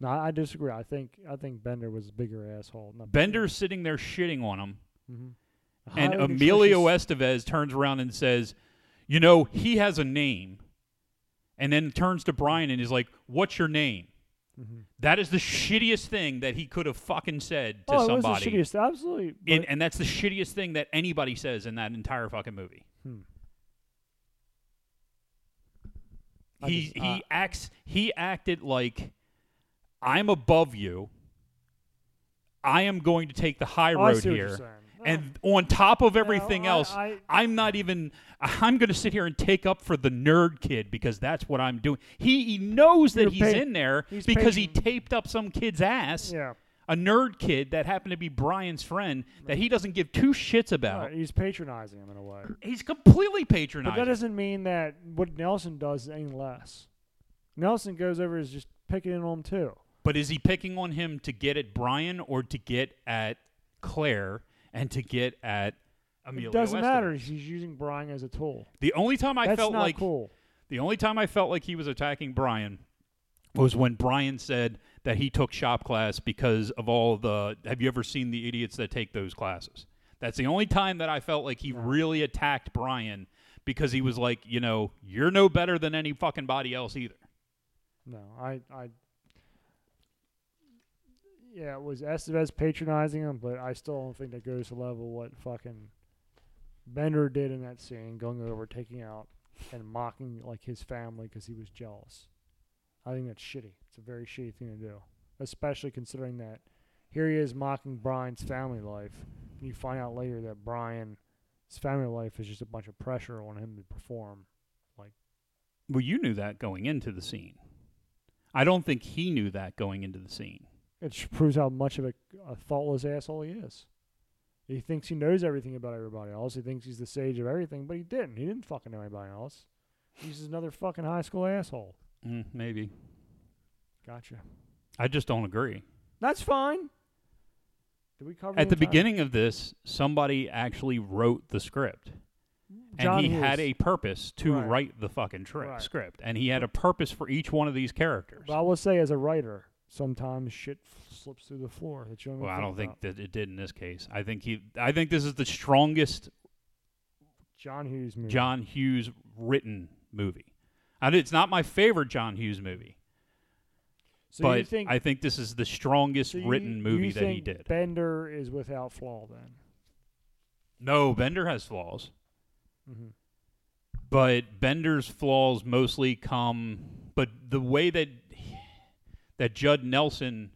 Speaker 1: No, I I disagree. I think I think Bender was a bigger asshole. Not
Speaker 2: Bender's sitting there shitting on him.
Speaker 1: hmm
Speaker 2: And Emilio Estevez turns around and says, You know, he has a name. And then turns to Brian and is like, What's your name?
Speaker 1: Mhm.
Speaker 2: That is the shittiest thing that he could have fucking said to
Speaker 1: oh,
Speaker 2: somebody.
Speaker 1: It was the shittiest. Absolutely. But,
Speaker 2: And, and that's the shittiest thing that anybody says in that entire fucking movie.
Speaker 1: hmm. I
Speaker 2: He
Speaker 1: just-
Speaker 2: he
Speaker 1: I-
Speaker 2: acts he acted like I'm above you. I am going to take the high
Speaker 1: Oh, I
Speaker 2: road
Speaker 1: see what
Speaker 2: here.
Speaker 1: you're saying. Oh, No.
Speaker 2: and on top of everything
Speaker 1: I-
Speaker 2: else,
Speaker 1: I-
Speaker 2: I, am not even. I'm going to sit here and take up for the nerd kid because that's what I'm doing. He, he knows that
Speaker 1: You're
Speaker 2: he's
Speaker 1: pay-
Speaker 2: in there
Speaker 1: he's
Speaker 2: because he
Speaker 1: patient.
Speaker 2: taped up some kid's ass,
Speaker 1: yeah,
Speaker 2: a nerd kid that happened to be Brian's friend that he doesn't give two shits about.
Speaker 1: right, he's patronizing him in a way.
Speaker 2: He's completely
Speaker 1: But
Speaker 2: patronizing.
Speaker 1: that doesn't mean that what Nelson does is any less. Nelson goes over and is just picking in on him too.
Speaker 2: But is he picking on him to get at Brian or to get at Claire and to get at Amelia?
Speaker 1: it doesn't
Speaker 2: Estevez?
Speaker 1: matter. He's using Brian as a tool.
Speaker 2: The only time I
Speaker 1: That's
Speaker 2: felt
Speaker 1: not
Speaker 2: like
Speaker 1: cool.
Speaker 2: The only time I felt like he was attacking Brian was when Brian said that he took shop class because of all the have you ever seen the idiots that take those classes? That's the only time that I felt like he really attacked Brian because he was like, you know, you're no better than any fucking body else either.
Speaker 1: No, I, I, yeah, it was Estevez patronizing him, but I still don't think that goes to level what fucking Bender did in that scene, going over, taking out, and mocking like his family because he was jealous. I think that's shitty. It's a very shitty thing to do, especially considering that here he is mocking Brian's family life, and you find out later that Brian's family life is just a bunch of pressure on him to perform.
Speaker 2: Well, you knew that going into the scene. I don't think he knew that going into the scene.
Speaker 1: It sh- proves how much of a, a thoughtless asshole he is. He thinks he knows everything about everybody else. He thinks he's the sage of everything, but he didn't. He didn't fucking know anybody else. He's just another fucking high school asshole.
Speaker 2: Mm, maybe.
Speaker 1: Gotcha.
Speaker 2: I just don't agree.
Speaker 1: That's fine. Did we cover
Speaker 2: At the
Speaker 1: entire-
Speaker 2: beginning of this, somebody actually wrote the script.
Speaker 1: John
Speaker 2: and he had a
Speaker 1: Hughes.
Speaker 2: purpose to
Speaker 1: Right.
Speaker 2: write the fucking tri-
Speaker 1: Right.
Speaker 2: script, and he had a purpose for each one of these characters.
Speaker 1: But I will say, as a writer, sometimes shit f- slips through the floor that you don't.
Speaker 2: well, I
Speaker 1: even
Speaker 2: don't think
Speaker 1: about.
Speaker 2: that it did in this case. I think he, I think this is the strongest
Speaker 1: John Hughes movie.
Speaker 2: John Hughes written movie. And it's not my favorite John Hughes movie,
Speaker 1: So you
Speaker 2: but
Speaker 1: think
Speaker 2: I think this is the strongest
Speaker 1: so you-
Speaker 2: written
Speaker 1: you
Speaker 2: movie that he
Speaker 1: think
Speaker 2: did.
Speaker 1: Bender is without flaw then.
Speaker 2: no, Bender has flaws,
Speaker 1: hmm
Speaker 2: but Bender's flaws mostly come. But the way that that Judd Nelson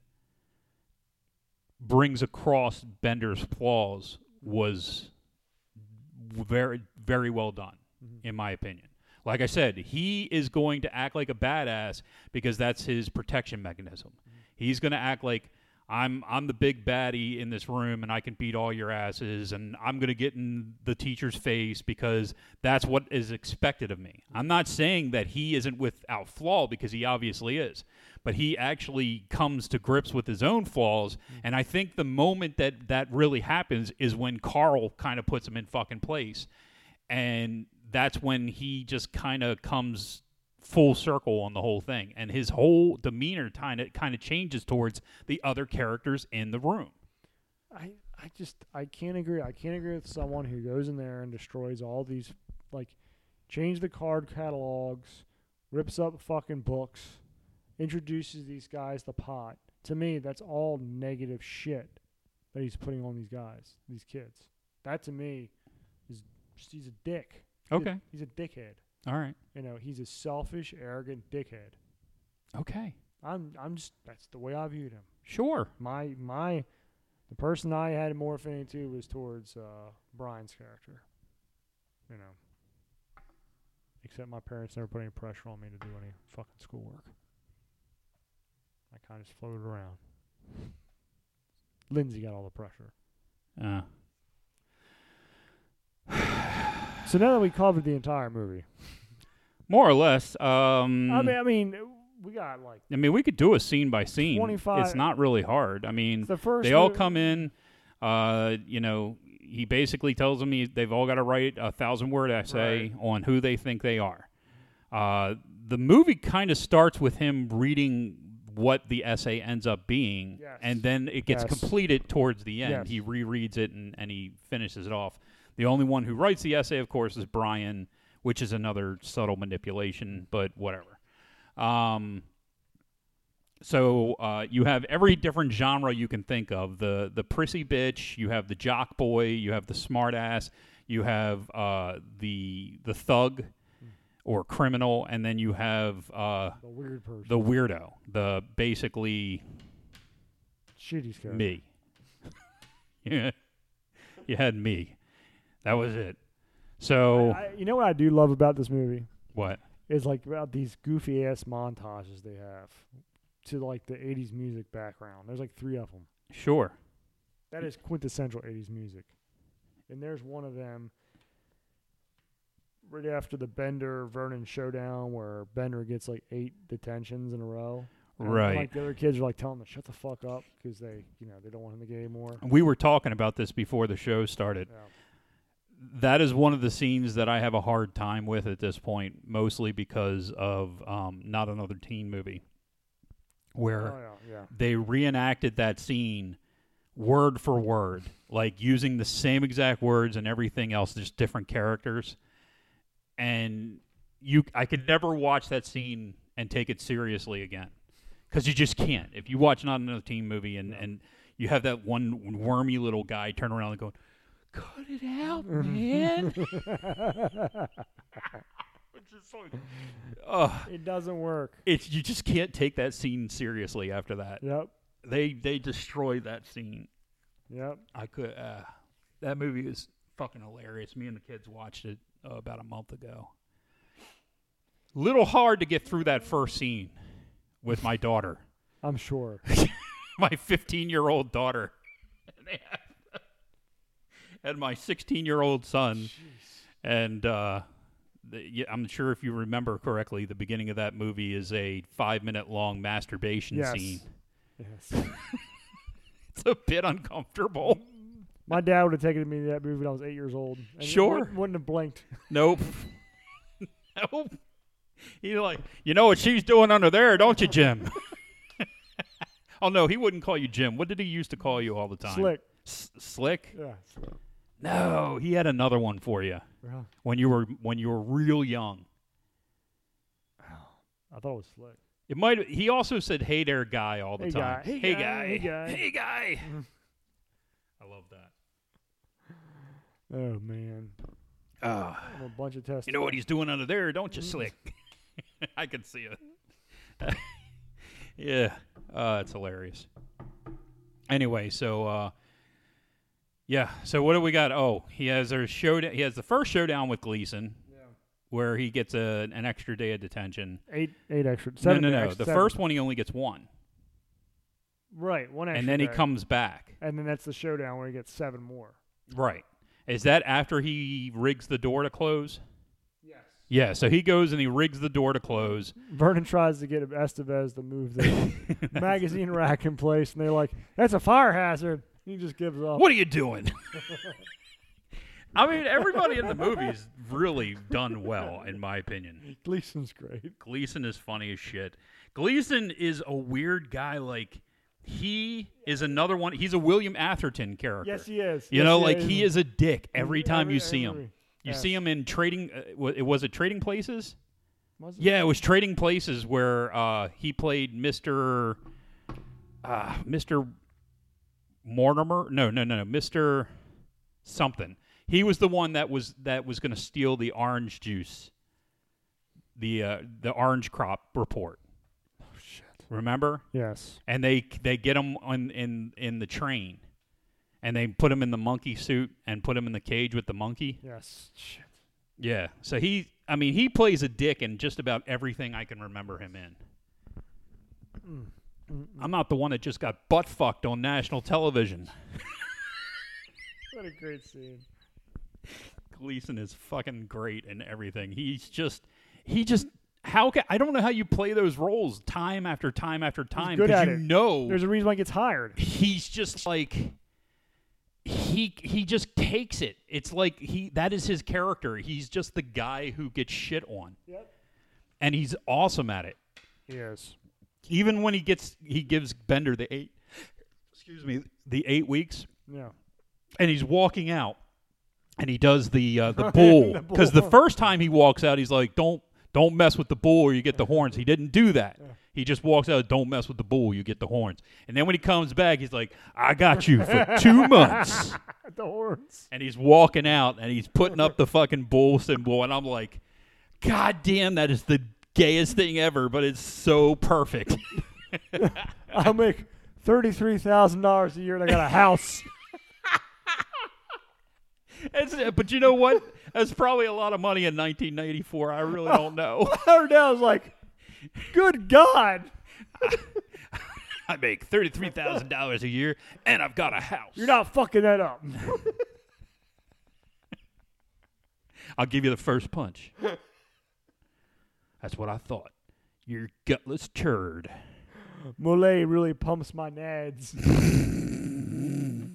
Speaker 2: brings across Bender's flaws was very very well done,
Speaker 1: Mhm.
Speaker 2: in my opinion. Like I said, he is going to act like a badass because that's his protection mechanism. He's going to act like I'm I'm the big baddie in this room and I can beat all your asses and I'm going to get in the teacher's face because that's what is expected of me. I'm not saying that he isn't without flaw because he obviously is, but he actually comes to grips with his own flaws and I think the moment that that really happens is when Carl kind of puts him in fucking place and that's when he just kind of comes full circle on the whole thing and his whole demeanor kind of kind of changes towards the other characters in the room
Speaker 1: I I just I can't agree. I can't agree with someone who goes in there and destroys all these like change the card catalogs, rips up fucking books, introduces these guys to pot. To me, that's all negative shit that he's putting on these guys, these kids. That to me is just, he's a dick. He's a-
Speaker 2: Okay.
Speaker 1: he's a dickhead.
Speaker 2: all right
Speaker 1: You know, he's a selfish, arrogant dickhead.
Speaker 2: okay
Speaker 1: I'm I'm just that's the way I viewed him
Speaker 2: sure
Speaker 1: my my the person I had more affinity to was towards uh, Brian's character. You know. Except my parents never put any pressure on me to do any fucking schoolwork. I kind of just floated around. Lindsay got all the pressure.
Speaker 2: uh,
Speaker 1: So now that we covered the entire movie,
Speaker 2: more or less um
Speaker 1: I mean, I mean, we got like
Speaker 2: I mean, we could do a scene by scene
Speaker 1: 25
Speaker 2: it's not really hard i mean
Speaker 1: the first.
Speaker 2: Mm. they all
Speaker 1: mo-
Speaker 2: come in uh you know he basically tells them he, they've all got to write a thousand word
Speaker 1: Right.
Speaker 2: essay on who they think they are uh the movie kind of starts with him reading what the essay ends up being
Speaker 1: Yes.
Speaker 2: and then it gets
Speaker 1: Yes.
Speaker 2: completed towards the end
Speaker 1: Yes.
Speaker 2: he rereads it and, and he finishes it off the only one who writes the essay of course is brian which is another subtle manipulation but whatever um, so uh, you have every different genre you can think of the the prissy bitch, you have the jock boy, you have the smart ass, you have uh, the the thug or criminal, and then you have uh,
Speaker 1: The weird person.
Speaker 2: the weirdo, the basically
Speaker 1: Shitty's character.
Speaker 2: me. yeah, you had me. That was it. So
Speaker 1: I- I- you know what I do love about this movie?
Speaker 2: what?
Speaker 1: is like about these goofy ass montages they have to like the 80s music background. There's like three of them.
Speaker 2: Sure.
Speaker 1: That is quintessential 80s music. And there's one of them right after the Bender Vernon showdown where Bender gets like eight detentions in a row. And,
Speaker 2: Right.
Speaker 1: Like the other kids are like telling him to shut the fuck up because they, you know, they don't want him to get any more.
Speaker 2: We were talking about this before the show started.
Speaker 1: Yeah.
Speaker 2: that is one of the scenes that I have a hard time with at this point, mostly because of um, not another teen movie,
Speaker 1: Oh,
Speaker 2: where
Speaker 1: yeah, yeah.
Speaker 2: they reenacted that scene word for word, like using the same exact words and everything else, just different characters, and you, I could never watch that scene and take it seriously again, because you just can't. If you watch not another teen movie and and you have that one wormy little guy turn around and go. Cut it out, man. Ugh.
Speaker 1: It doesn't work.
Speaker 2: it's you just can't take that scene seriously after that.
Speaker 1: Yep.
Speaker 2: They they destroy that scene.
Speaker 1: Yep.
Speaker 2: I could uh, that movie is fucking hilarious. Me and the kids watched it uh, about a month ago. Little hard to get through that first scene with my daughter,
Speaker 1: I'm sure.
Speaker 2: my 15 year old daughter, and my 16 year old son. And uh, the, yeah, I'm sure if you remember correctly, the beginning of that movie is a five minute long masturbation
Speaker 1: Yes.
Speaker 2: scene.
Speaker 1: Yes.
Speaker 2: It's a bit uncomfortable.
Speaker 1: My dad would have taken me to that movie when I was eight years old. And
Speaker 2: Sure.
Speaker 1: Wouldn't, wouldn't have blinked.
Speaker 2: Nope. nope. He's like, you know what she's doing under there, don't you, Jim? oh no, he wouldn't call you Jim. What did he used to call you all the time?
Speaker 1: Slick.
Speaker 2: S- slick.
Speaker 1: Yeah.
Speaker 2: No, he had another one for you
Speaker 1: Yeah.
Speaker 2: when you were when you were real young.
Speaker 1: I thought it was slick.
Speaker 2: It might. He also said "Hey there, guy" all the
Speaker 1: Hey,
Speaker 2: time.
Speaker 1: guy. Hey, guy. Hey, guy.
Speaker 2: Hey, guy. I love that.
Speaker 1: Oh man,
Speaker 2: Oh,
Speaker 1: I'm a bunch of tests.
Speaker 2: you know what he's doing under there, don't
Speaker 1: Mm.
Speaker 2: you, Slick? I can see it. yeah, uh, it's hilarious. Anyway, so uh, yeah, so what do we got? Oh, he has a showdown. He has the first showdown with Gleason, where he gets a, an extra day of detention.
Speaker 1: eight eight extra seven.
Speaker 2: no, no,
Speaker 1: day
Speaker 2: no.
Speaker 1: extra-
Speaker 2: the
Speaker 1: seven.
Speaker 2: first one he only gets one,
Speaker 1: right one extra,
Speaker 2: and then he
Speaker 1: day.
Speaker 2: comes back.
Speaker 1: and then that's the showdown where he gets seven more.
Speaker 2: Right. Is that after he rigs the door to close?
Speaker 1: Yes.
Speaker 2: Yeah, so he goes and he rigs the door to close.
Speaker 1: Vernon tries to get Estevez to move the magazine rack in place, and they're like, "That's a fire hazard." He just gives up.
Speaker 2: What are you doing? I mean, everybody in the movie's really done well, in my opinion.
Speaker 1: Gleason's great.
Speaker 2: Gleason is funny as shit. Gleason is a weird guy. Like, he is another one. He's a William Atherton character.
Speaker 1: Yes, he is.
Speaker 2: You
Speaker 1: Yes,
Speaker 2: know, like he
Speaker 1: is.
Speaker 2: is a dick every time you see him.
Speaker 1: every-
Speaker 2: You
Speaker 1: yes.
Speaker 2: see him in trading. Uh, wa- it was it Trading Places.
Speaker 1: Was it?
Speaker 2: Yeah, it was Trading Places where uh, he played Mister uh, Mister Mortimer. No, no, no, no, Mister something. He was the one that was that was going to steal the orange juice, the uh, the orange crop report.
Speaker 1: Oh, shit.
Speaker 2: Remember?
Speaker 1: Yes.
Speaker 2: And they they get him on in in the train, and they put him in the monkey suit and put him in the cage with the monkey.
Speaker 1: Yes. Shit.
Speaker 2: Yeah. So he, I mean, he plays a dick in just about everything I can remember him in.
Speaker 1: Mm-hmm.
Speaker 2: I'm not the one that just got butt fucked on national television.
Speaker 1: What a great scene.
Speaker 2: Gleason is fucking great in everything. He's just, he just, how can, I don't know how you play those roles time after time after time
Speaker 1: good
Speaker 2: because
Speaker 1: at
Speaker 2: you
Speaker 1: it.
Speaker 2: know
Speaker 1: There's a reason why he gets hired.
Speaker 2: he's just like, he he just takes it. It's like he that is his character. He's just the guy who gets shit on,
Speaker 1: Yep.
Speaker 2: and he's awesome at it.
Speaker 1: He is.
Speaker 2: even when he gets he gives Bender the eight excuse me the eight weeks
Speaker 1: Yeah.
Speaker 2: and he's walking out and he does the uh, the bull
Speaker 1: The
Speaker 2: because the
Speaker 1: bull.
Speaker 2: first time he walks out he's like don't don't mess with the bull or you get the horns he didn't do that he just walks out don't mess with the bull you get the horns and then when he comes back he's like I got you for two months
Speaker 1: The horns.
Speaker 2: and he's walking out and he's putting up the fucking bull symbol and I'm like god damn that is the gayest thing ever but it's so perfect.
Speaker 1: I make thirty-three thousand dollars a year, and I got a house.
Speaker 2: It's- but you know what? That's probably a lot of money in 1994. I really don't know.
Speaker 1: Howard Dow's like, "Good God,
Speaker 2: I make thirty-three thousand dollars a year, and I've got a house.
Speaker 1: you're not fucking that up."
Speaker 2: I'll give you the first punch. That's what I thought. You're gutless turd.
Speaker 1: Mole really pumps my nads.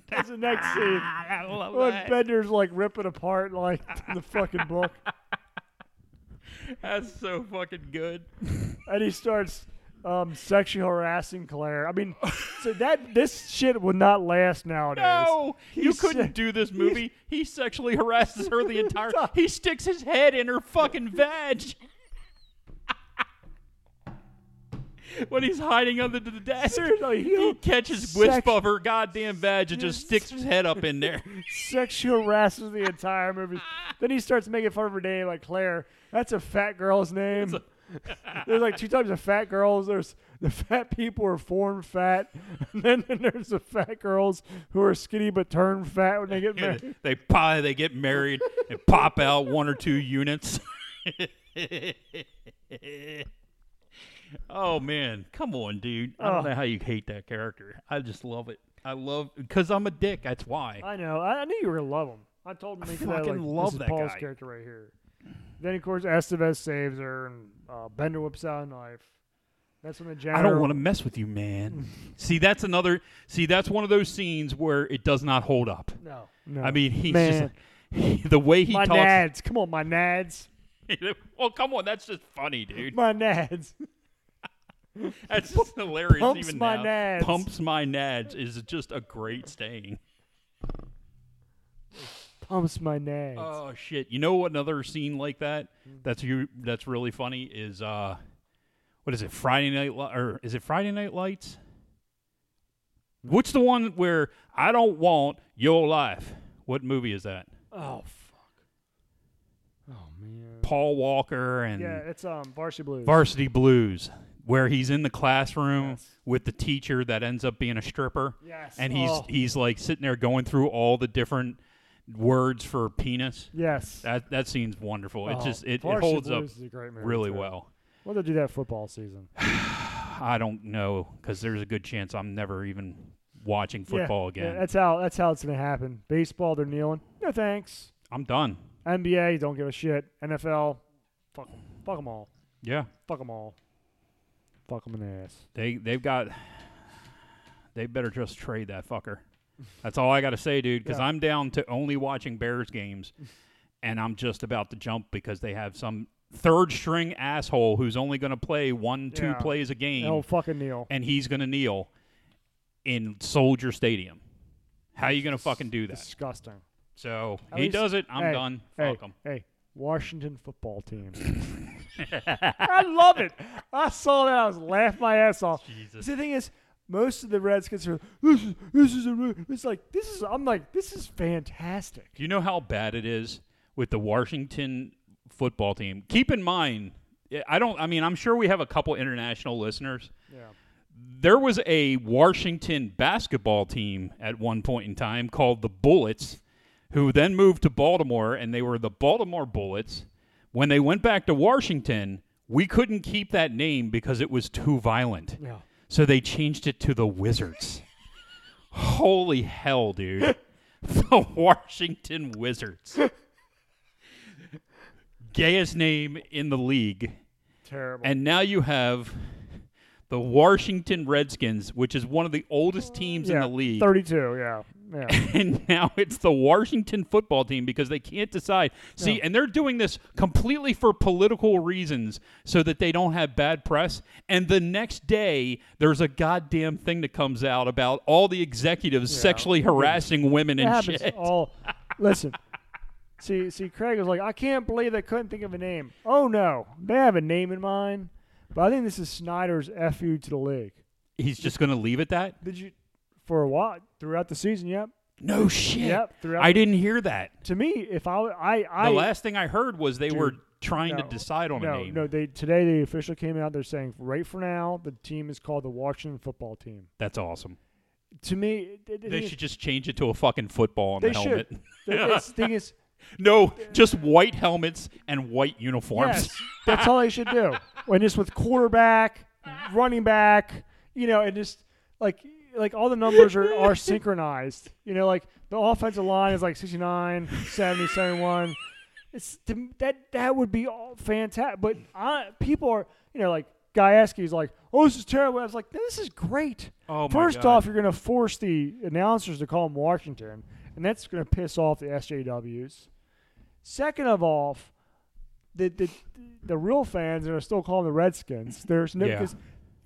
Speaker 1: That's the next scene.
Speaker 2: I love
Speaker 1: When Bender's like ripping apart like the fucking book,
Speaker 2: That's so fucking good.
Speaker 1: and he starts um, sexually harassing Claire. I mean, so that this shit would not last nowadays.
Speaker 2: No, you
Speaker 1: He's-
Speaker 2: couldn't do this movie. He sexually harasses her the entire. He sticks his head in her fucking vag. when he's hiding under the desk,
Speaker 1: Seriously,
Speaker 2: he,
Speaker 1: he'll
Speaker 2: catches
Speaker 1: sex-
Speaker 2: wisp of her goddamn vag and just
Speaker 1: Yes.
Speaker 2: sticks his head up in there.
Speaker 1: sexual harasses the entire movie. Then he starts making fun of her name, like Claire. That's a fat girl's name. there's like two types of fat girls. There's the fat people who are formed fat, and then there's the fat girls who are skinny but turn fat when they get
Speaker 2: Yeah,
Speaker 1: married.
Speaker 2: they pie, they get married, and pop out one or two units. oh man, come on, dude! I don't
Speaker 1: Oh.
Speaker 2: know how you hate that character. I just love it. I love because I'm a dick. That's why.
Speaker 1: I know. I, I knew you were gonna love him. I told him that, like,
Speaker 2: fucking love
Speaker 1: this is
Speaker 2: that
Speaker 1: Paul's
Speaker 2: guy.
Speaker 1: character right here. Then of course Estevez saves her, and uh, Bender whips out a knife. That's when the janitor.
Speaker 2: I don't want to mess with you, man. see, that's another. See, that's one of those scenes where it does not hold up.
Speaker 1: No, no.
Speaker 2: I mean, he's
Speaker 1: Man.
Speaker 2: just the way he
Speaker 1: my
Speaker 2: talks.
Speaker 1: nads. Come on, my nads.
Speaker 2: well, come on, that's just funny, dude.
Speaker 1: My nads.
Speaker 2: That's just hilarious.
Speaker 1: Pumps
Speaker 2: even
Speaker 1: my
Speaker 2: now.
Speaker 1: nads.
Speaker 2: Pumps my nads is just a great saying.
Speaker 1: pumps my nads.
Speaker 2: Oh shit! You know what? Another scene like that. That's you. That's really funny. Is uh, what is it Friday night Li- or is it Friday Night Lights? What's the one where I don't want your life? What movie is that?
Speaker 1: Oh fuck. Oh man.
Speaker 2: Paul Walker and
Speaker 1: Yeah, it's um Varsity Blues.
Speaker 2: Varsity Blues, where he's in the classroom
Speaker 1: Yes.
Speaker 2: with the teacher that ends up being a stripper.
Speaker 1: Yes.
Speaker 2: And he's
Speaker 1: Oh.
Speaker 2: he's like sitting there going through all the different words for penis.
Speaker 1: yes.
Speaker 2: That that scene's wonderful. It
Speaker 1: Oh,
Speaker 2: just it, it
Speaker 1: Varsity
Speaker 2: holds up
Speaker 1: Blues is a great movie,
Speaker 2: really
Speaker 1: too.
Speaker 2: well.
Speaker 1: Well, they'll do that football season.
Speaker 2: I don't know because there's a good chance I'm never even watching football
Speaker 1: yeah,
Speaker 2: again.
Speaker 1: Yeah, that's how that's how it's gonna happen. Baseball, they're kneeling. No thanks.
Speaker 2: I'm done.
Speaker 1: NBA, don't give a shit. NFL, fuck, fuck them all.
Speaker 2: Yeah,
Speaker 1: Fuck them all. Fuck them in the ass.
Speaker 2: they they've got. They better just trade that fucker. That's all I got to say, dude. Because
Speaker 1: Yeah.
Speaker 2: I'm down to only watching Bears games, and I'm just about to jump because they have some third string asshole who's only going to play one two
Speaker 1: Yeah.
Speaker 2: plays a game,
Speaker 1: No fucking kneel.
Speaker 2: and he's going to kneel in Soldier Stadium. How you going to fucking do that?
Speaker 1: Disgusting.
Speaker 2: So
Speaker 1: At
Speaker 2: he
Speaker 1: least-
Speaker 2: does it. I'm
Speaker 1: hey,
Speaker 2: done.
Speaker 1: Hey,
Speaker 2: Fuck him.
Speaker 1: hey, Washington football team. I love it. I saw that. I was laughing my ass off.
Speaker 2: Jesus.
Speaker 1: See, the thing is, most of the Redskins are this is this is a re-" it's like this is I'm like this is fantastic.
Speaker 2: Do you know how bad it is with the Washington football team? Keep in mind, I don't. I mean, I'm sure we have a couple international listeners.
Speaker 1: Yeah.
Speaker 2: There was a Washington basketball team at one point in time called the Bullets, who then moved to Baltimore, and they were the Baltimore Bullets. When they went back to Washington, we couldn't keep that name because it was too violent.
Speaker 1: Yeah.
Speaker 2: So they changed it to the Wizards. Holy hell, dude. the Washington Wizards. Gayest name in the league.
Speaker 1: Terrible.
Speaker 2: And now you have the Washington Redskins, which is one of the oldest teams
Speaker 1: yeah,
Speaker 2: in the league.
Speaker 1: 32, yeah. Yeah.
Speaker 2: And now it's the Washington football team because they can't decide. See,
Speaker 1: No.
Speaker 2: and they're doing this completely for political reasons so that they don't have bad press. And the next day, there's a goddamn thing that comes out about all the executives sexually harassing women
Speaker 1: It
Speaker 2: and
Speaker 1: happens
Speaker 2: shit.
Speaker 1: all. Listen, see, see, Craig was like, I can't believe they couldn't think of a name. Oh no, they have a name in mind, but I think this is Snyder's fu to the league.
Speaker 2: He's just going to leave it that?
Speaker 1: Did you for a while throughout the season? Yep,
Speaker 2: No shit.
Speaker 1: yep. Throughout
Speaker 2: I didn't hear that.
Speaker 1: to me, if I, I, I
Speaker 2: The last thing I heard was they were trying
Speaker 1: no,
Speaker 2: to decide on
Speaker 1: no,
Speaker 2: a name.
Speaker 1: no. They today they officially came out. They're saying right for now the team is called the Washington Football Team.
Speaker 2: That's awesome.
Speaker 1: To me, it- it-
Speaker 2: They should just change it to a fucking football on
Speaker 1: They
Speaker 2: the helmet.
Speaker 1: should. The it's- thing is,
Speaker 2: No, just white helmets and white uniforms.
Speaker 1: Yes, that's all they should do. And just with quarterback, running back, you know, and just like like all the numbers are, are synchronized. You know, like the offensive line is like 69, 70, 71. It's to, that that would be all fantastic. But I, people are, you know, like Gieski's like, oh, this is terrible. I was like, this is great.
Speaker 2: Oh my
Speaker 1: First
Speaker 2: God.
Speaker 1: off, you're going to force the announcers to call him Washington, and that's going to piss off the SJWs. Second of all, the the, the real fans are still calling the Redskins. There's no,
Speaker 2: Yeah.
Speaker 1: 'cause-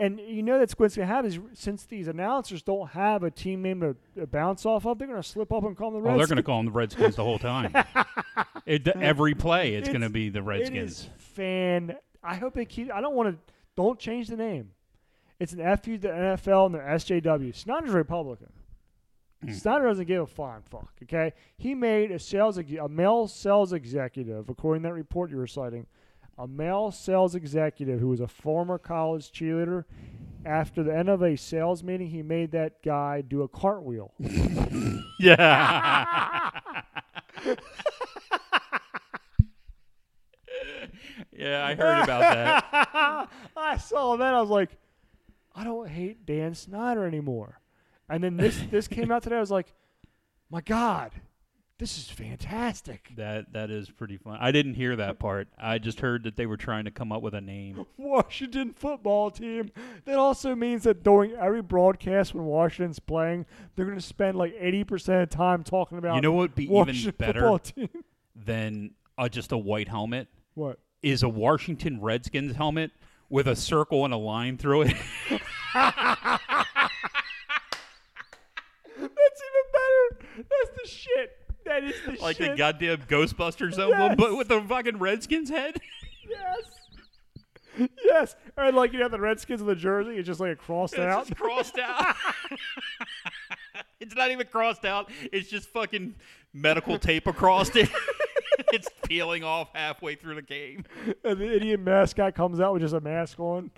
Speaker 1: and you know that's what's going to happen is since these announcers don't have a team name to, to bounce off of, they're going to slip up and call them the
Speaker 2: Oh, they're
Speaker 1: Redskins.
Speaker 2: going to call them the Redskins the whole time. it, every play, it's, going to
Speaker 1: It's-
Speaker 2: be the
Speaker 1: It is
Speaker 2: Redskins.
Speaker 1: fan. I hope they keep. I don't want to. Don't change the name. It's an FU to the NFL and the SJW. Snyder's a Republican. Snyder doesn't give a flying fuck. Okay, he made a sales ex- a male sales executive, according to that report you were citing, a male sales executive who was a former college cheerleader. After the end of a sales meeting, he made that guy do a cartwheel.
Speaker 2: Yeah. yeah, I heard about that.
Speaker 1: I saw that. I was like, I don't hate Dan Snyder anymore. And then this this came out today. I was like, my God, this is fantastic.
Speaker 2: That that is pretty fun. I didn't hear that part. I just heard that they were trying to come up with a name.
Speaker 1: Washington football team. That also means that during every broadcast when Washington's playing, they're going to spend like eighty percent of time talking about.
Speaker 2: You know what would be even
Speaker 1: Washington
Speaker 2: better
Speaker 1: football team.
Speaker 2: than uh, just a white helmet?
Speaker 1: What?
Speaker 2: Is a Washington Redskins helmet with a circle and a line through it.
Speaker 1: That's even better. That's the shit. That is the
Speaker 2: like
Speaker 1: shit.
Speaker 2: the goddamn Ghostbusters emblem,
Speaker 1: Yes.
Speaker 2: but with a fucking Redskins head.
Speaker 1: Yes. yes. And like you have the Redskins of the jersey, it's just like crossed out.
Speaker 2: It's just crossed out. it's not even crossed out. It's just fucking medical tape across it. it's peeling off halfway through the game.
Speaker 1: and the idiot mascot comes out with just a mask on.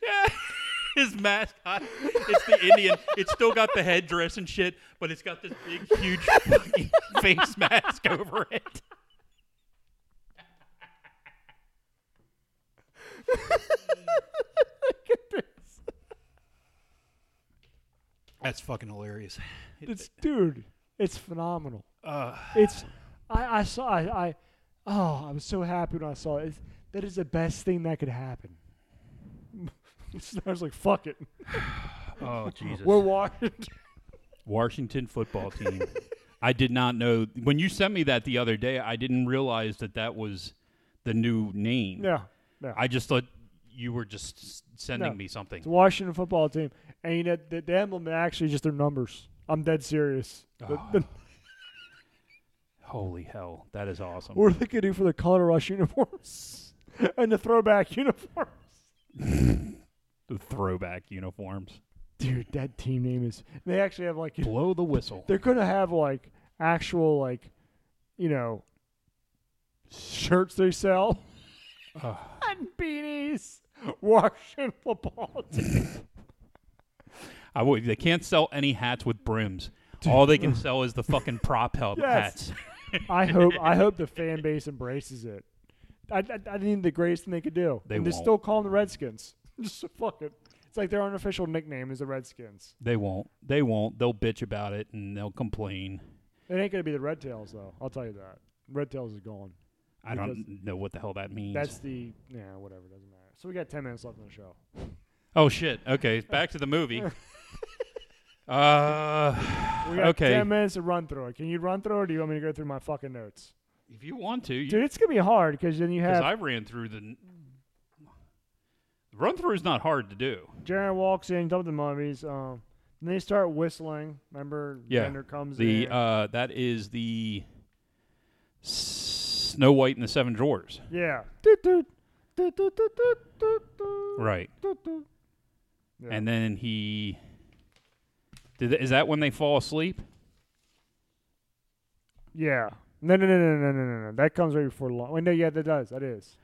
Speaker 2: Yeah. His mascot. It's the Indian. It's still got the headdress and shit, but it's got this big, huge fucking face mask over it. That's fucking hilarious.
Speaker 1: It's dude, it's phenomenal.
Speaker 2: Uh,
Speaker 1: It's I, I saw I, I oh I was so happy when I saw it. It's, that is the best thing that could happen. I was like, fuck it.
Speaker 2: oh Jesus.
Speaker 1: We're watching.
Speaker 2: Washington football team. I did not know when you sent me that the other day. I didn't realize that that was the new name.
Speaker 1: no, no.
Speaker 2: I just thought you were just s- sending
Speaker 1: No.
Speaker 2: me
Speaker 1: It's
Speaker 2: something.
Speaker 1: Washington football team, and you know the, the emblem is actually just their numbers. I'm dead serious. The, the,
Speaker 2: Holy hell, that is awesome.
Speaker 1: what are they gonna do for the color rush uniforms and the throwback uniforms?
Speaker 2: the throwback uniforms.
Speaker 1: Dude, that team name is. They actually have like
Speaker 2: Blow the whistle.
Speaker 1: they're gonna have like actual like, you know, shirts they sell and beanies. Washington football team.
Speaker 2: I would, they can't sell any hats with brims. All they can sell is the fucking prop help
Speaker 1: Yes.
Speaker 2: hats.
Speaker 1: I hope I hope the fan base embraces it. I, I, I think the greatest thing they could do.
Speaker 2: They
Speaker 1: and they
Speaker 2: won't.
Speaker 1: still call them the Redskins. Just fuck it. It's like their unofficial nickname is the Redskins.
Speaker 2: They won't. They won't. They'll bitch about it and they'll complain.
Speaker 1: It ain't gonna be the Red Tails though. I'll tell you that. Red Tails is gone.
Speaker 2: I don't know what the hell that means.
Speaker 1: That's the yeah whatever doesn't matter. So we got ten minutes left on the show.
Speaker 2: Oh shit. Okay, back to the movie. uh,
Speaker 1: We got
Speaker 2: Okay.
Speaker 1: ten minutes to run through it. Can you run through, it or do you want me to go through my fucking notes?
Speaker 2: if you want to,
Speaker 1: Dude,
Speaker 2: because
Speaker 1: it's gonna be hard because then you have
Speaker 2: I ran through the run through is not hard to do.
Speaker 1: Jaron walks in, dump the mummies. Um, and they start whistling. Remember,
Speaker 2: Yeah.
Speaker 1: Xander comes
Speaker 2: The
Speaker 1: in.
Speaker 2: uh, that is the Snow White and the Seven Drawers.
Speaker 1: yeah, Doot, doot. Doot, doot, doot, doot, doot, doot.
Speaker 2: Right,
Speaker 1: Doot, doot. Yeah.
Speaker 2: and then he did. Is that when they fall asleep?
Speaker 1: yeah, no, no, no, no, no, no, no, no. That comes right before long. Wait, no, yeah, that does. That is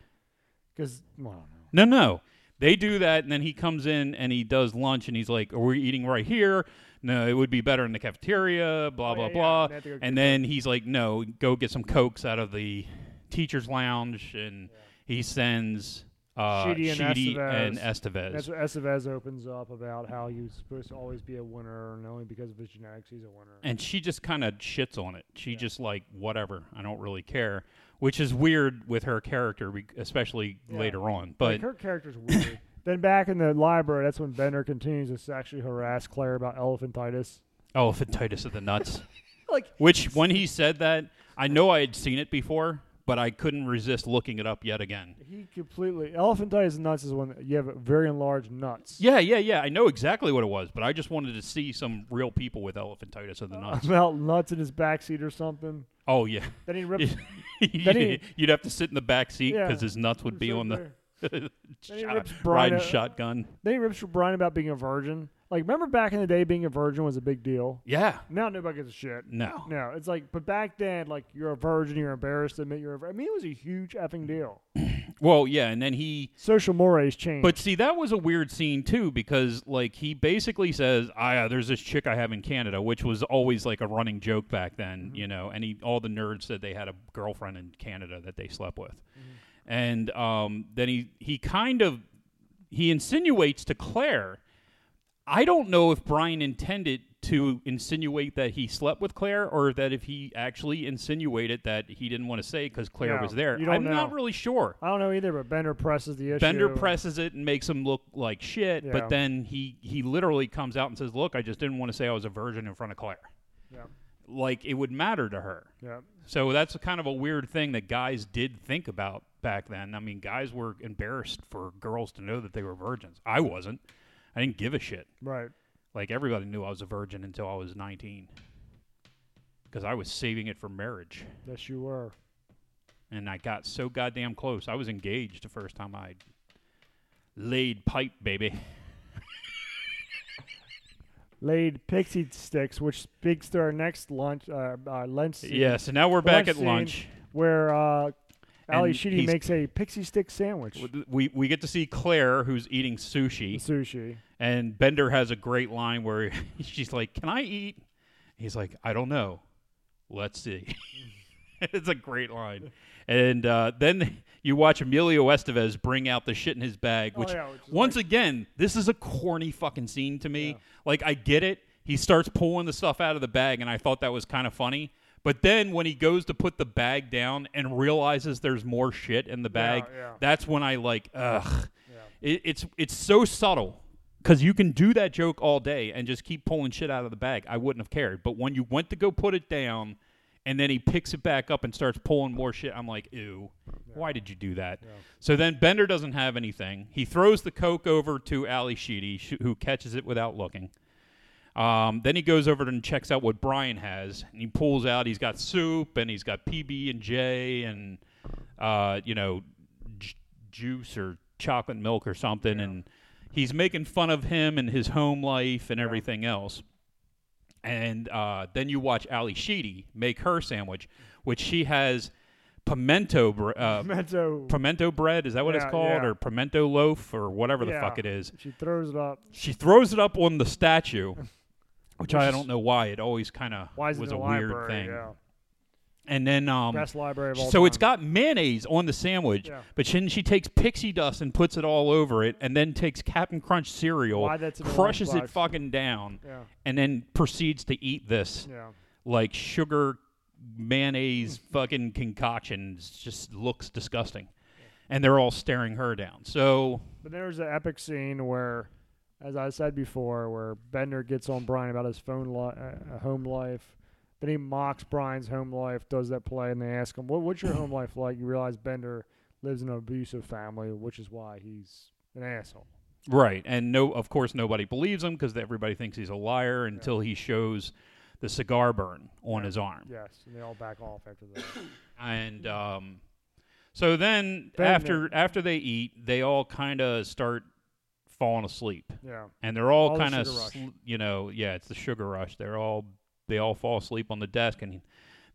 Speaker 1: because well, I don't know.
Speaker 2: No, no. They do that, and then he comes in and he does lunch, and he's like, "Are we eating right here? No, it would be better in the cafeteria." Blah
Speaker 1: Oh,
Speaker 2: blah
Speaker 1: yeah, yeah,
Speaker 2: blah.
Speaker 1: they have to go get
Speaker 2: and then he's like, "No, go get some cokes out of the teachers' lounge," and he sends uh,
Speaker 1: Sheedy and
Speaker 2: Sheedy
Speaker 1: Estevez.
Speaker 2: and Estevez.
Speaker 1: That's what Estevez opens up about how he was supposed to always be a winner, and only because of his genetics he's a winner.
Speaker 2: and she just kind of shits on it. She just like whatever. I don't really care, which is weird with her character, be- especially
Speaker 1: Yeah.
Speaker 2: later on. But
Speaker 1: like her character's weird. then back in the library, that's when Bender continues to sexually harass Claire about elephantitis.
Speaker 2: oh, elephantitis of the nuts.
Speaker 1: Like
Speaker 2: Which, when he said that, I know I had seen it before, but I couldn't resist looking it up yet again.
Speaker 1: he completely elephantitis nuts is when you have very enlarged nuts.
Speaker 2: Yeah, yeah, yeah. I know exactly what it was, but I just wanted to see some real people with elephantitis
Speaker 1: Oh.
Speaker 2: of the nuts.
Speaker 1: About nuts in his backseat or something.
Speaker 2: Oh yeah,
Speaker 1: Then he rips. he-
Speaker 2: you'd have to sit in the back seat because
Speaker 1: Yeah.
Speaker 2: his nuts would be
Speaker 1: so
Speaker 2: on the
Speaker 1: there. he
Speaker 2: shot,
Speaker 1: rips Brian
Speaker 2: riding
Speaker 1: a-
Speaker 2: shotgun.
Speaker 1: Then he rips for Brian about being a virgin. Like remember back in the day, being a virgin was a big deal.
Speaker 2: Yeah,
Speaker 1: Now nobody gives a shit.
Speaker 2: no,
Speaker 1: No, it's like, but back then, like you're a virgin, you're embarrassed to admit you're a virgin. I mean, it was a huge effing deal.
Speaker 2: Well, yeah, and then he.
Speaker 1: Social mores changed.
Speaker 2: But see, that was a weird scene too because like he basically says, "Ah, there's this chick I have in Canada," which was always like a running joke back
Speaker 1: Mm-hmm.
Speaker 2: then, you know. And he, all the nerds said they had a girlfriend in Canada that they slept with,
Speaker 1: Mm-hmm.
Speaker 2: and um, then he he kind of he insinuates to Claire. I don't know if Brian intended to insinuate that he slept with Claire or that if he actually insinuated that he didn't want to say because Claire
Speaker 1: Yeah,
Speaker 2: was there.
Speaker 1: you don't
Speaker 2: I'm not
Speaker 1: know.
Speaker 2: really sure.
Speaker 1: I don't know either. But Bender presses the issue.
Speaker 2: Bender presses it and makes him look like shit,
Speaker 1: Yeah.
Speaker 2: but then he he literally comes out and says, "Look, I just didn't want to say I was a virgin in front of Claire."
Speaker 1: Yeah,
Speaker 2: Like it would matter to her.
Speaker 1: yeah.
Speaker 2: So that's a kind of a weird thing that guys did think about back then. I mean, guys were embarrassed for girls to know that they were virgins. I wasn't. I didn't give a shit.
Speaker 1: Right.
Speaker 2: Like everybody knew I was a virgin until I was 19. Cuz I was saving it for marriage.
Speaker 1: Yes, you were.
Speaker 2: and I got so goddamn close. I was engaged the first time I laid pipe, baby.
Speaker 1: Laid pixie sticks, which speaks to our next lunch, uh, our lunch scene,
Speaker 2: Yeah, so now we're back at
Speaker 1: Lunch
Speaker 2: lunch.
Speaker 1: where uh, Ali
Speaker 2: And
Speaker 1: Sheedy
Speaker 2: he's-
Speaker 1: makes a pixie stick sandwich,
Speaker 2: We we get to see Claire who's eating
Speaker 1: with
Speaker 2: sushi,
Speaker 1: sushi.
Speaker 2: and Bender has a great line where she's like, "Can I eat?" He's like, "I don't know. Let's see." it's a great line, and uh, then you watch Emilio Estevez bring out the shit in his bag,
Speaker 1: Oh,
Speaker 2: which
Speaker 1: yeah, which is
Speaker 2: once again, this is a corny fucking scene to me.
Speaker 1: Yeah.
Speaker 2: Like I get it. He starts pulling the stuff out of the bag and I thought that was kind of funny. But then when he goes to put the bag down and realizes there's more shit in the bag,
Speaker 1: yeah.
Speaker 2: that's when I like ugh.
Speaker 1: Yeah.
Speaker 2: It, it's it's so subtle cuz you can do that joke all day and just keep pulling shit out of the bag. I wouldn't have cared. But when you went to go put it down and then he picks it back up and starts pulling more shit, I'm like, "Ew. Why did you do that?" So then Bender doesn't have anything. He throws the coke over to Ali Sheedy, sh- who catches it without looking. Um, then he goes over and checks out what Brian has, and he pulls out. He's got soup, and he's got PB and J, and uh, you know, j- juice or chocolate milk or something. And he's making fun of him and his home life and everything else. And uh, then you watch Ali Sheedy make her sandwich, which she has pimento br- uh,
Speaker 1: Mezzo,
Speaker 2: pimento bread is that what
Speaker 1: Yeah,
Speaker 2: it's called
Speaker 1: yeah.
Speaker 2: or pimento loaf or whatever the
Speaker 1: Yeah.
Speaker 2: fuck it is
Speaker 1: she throws it up.
Speaker 2: she throws it up on the statue which i
Speaker 1: is-
Speaker 2: don't know why it always kind of
Speaker 1: Why
Speaker 2: was
Speaker 1: is it in the
Speaker 2: a weird
Speaker 1: library?
Speaker 2: thing
Speaker 1: Yeah.
Speaker 2: and then um
Speaker 1: Best library of all
Speaker 2: so
Speaker 1: time.
Speaker 2: it's got mayonnaise on the sandwich
Speaker 1: Yeah.
Speaker 2: but then she takes pixie dust and puts it all over it and then takes captain crunch cereal
Speaker 1: Why that's in the
Speaker 2: crushes it
Speaker 1: lunchbox.
Speaker 2: fucking down
Speaker 1: Yeah,
Speaker 2: and then proceeds to eat this
Speaker 1: yeah.
Speaker 2: like sugar mayonnaise fucking concoctions just looks disgusting and they're all staring her down so
Speaker 1: But then there's the epic scene where, as I said before, where Bender gets on Brian about his phone li- uh, uh, home life. Then he mocks Brian's home life, does that play, and they ask him, what, What's your home life like? You realize Bender lives in an abusive family, which is why he's an asshole.
Speaker 2: right and no of course nobody believes him because everybody thinks he's a liar until he shows the cigar burn on his arm
Speaker 1: Yes. And they all back off after that.
Speaker 2: and um, so then
Speaker 1: Bender.
Speaker 2: after after they eat they all kind of start falling asleep
Speaker 1: yeah.
Speaker 2: and they're all
Speaker 1: All the
Speaker 2: kind of
Speaker 1: sugar rush.
Speaker 2: you know yeah it's the sugar rush they're all they all fall asleep on the desk and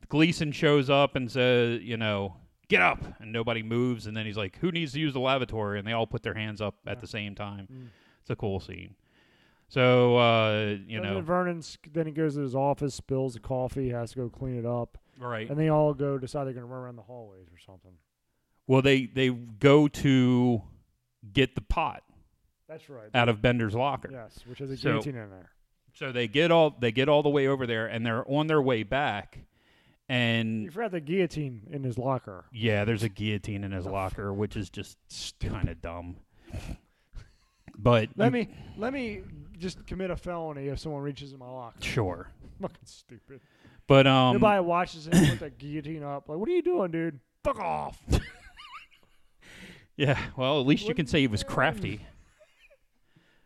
Speaker 2: gleason shows up and says you know get up and nobody moves and then he's like who needs to use the lavatory and they all put their hands up at the same time
Speaker 1: Mm.
Speaker 2: it's a cool scene so uh, you
Speaker 1: and then
Speaker 2: know
Speaker 1: Vernon's, then he goes to his office, spills the coffee, has to go clean it up.
Speaker 2: right
Speaker 1: And they all go decide they're going to run around the hallways or something.
Speaker 2: well they they go to get the pot
Speaker 1: That's right.
Speaker 2: out of bender's locker
Speaker 1: Yes, which has a
Speaker 2: So-
Speaker 1: guillotine in there.
Speaker 2: so they get all they get all the way over there and they're on their way back and
Speaker 1: You forgot the guillotine in his locker.
Speaker 2: Yeah, there's a guillotine in his locker, which is just kind of dumb. But
Speaker 1: Let
Speaker 2: you-
Speaker 1: me let me just commit a felony if someone reaches in my locker.
Speaker 2: sure.
Speaker 1: Fucking stupid.
Speaker 2: But um,
Speaker 1: Nobody watches him put that guillotine up. Like, what are you doing, dude?
Speaker 2: fuck off. yeah. Well, at least you
Speaker 1: What-
Speaker 2: can say he was crafty.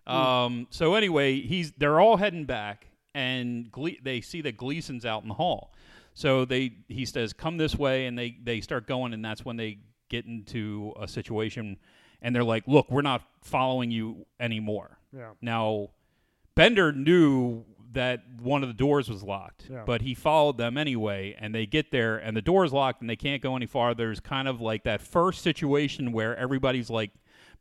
Speaker 2: um. So anyway, he's they're all heading back, and Gle- they see that Gleason's out in the hall. So they he says, "Come this way," and they they start going, and that's when they get into a situation, and they're like, "Look, we're not following you anymore."
Speaker 1: Yeah.
Speaker 2: Now, Bender knew that one of the doors was locked,
Speaker 1: Yeah.
Speaker 2: but he followed them anyway, and they get there, and the door's locked, and they can't go any farther. It's kind of like that first situation where everybody's like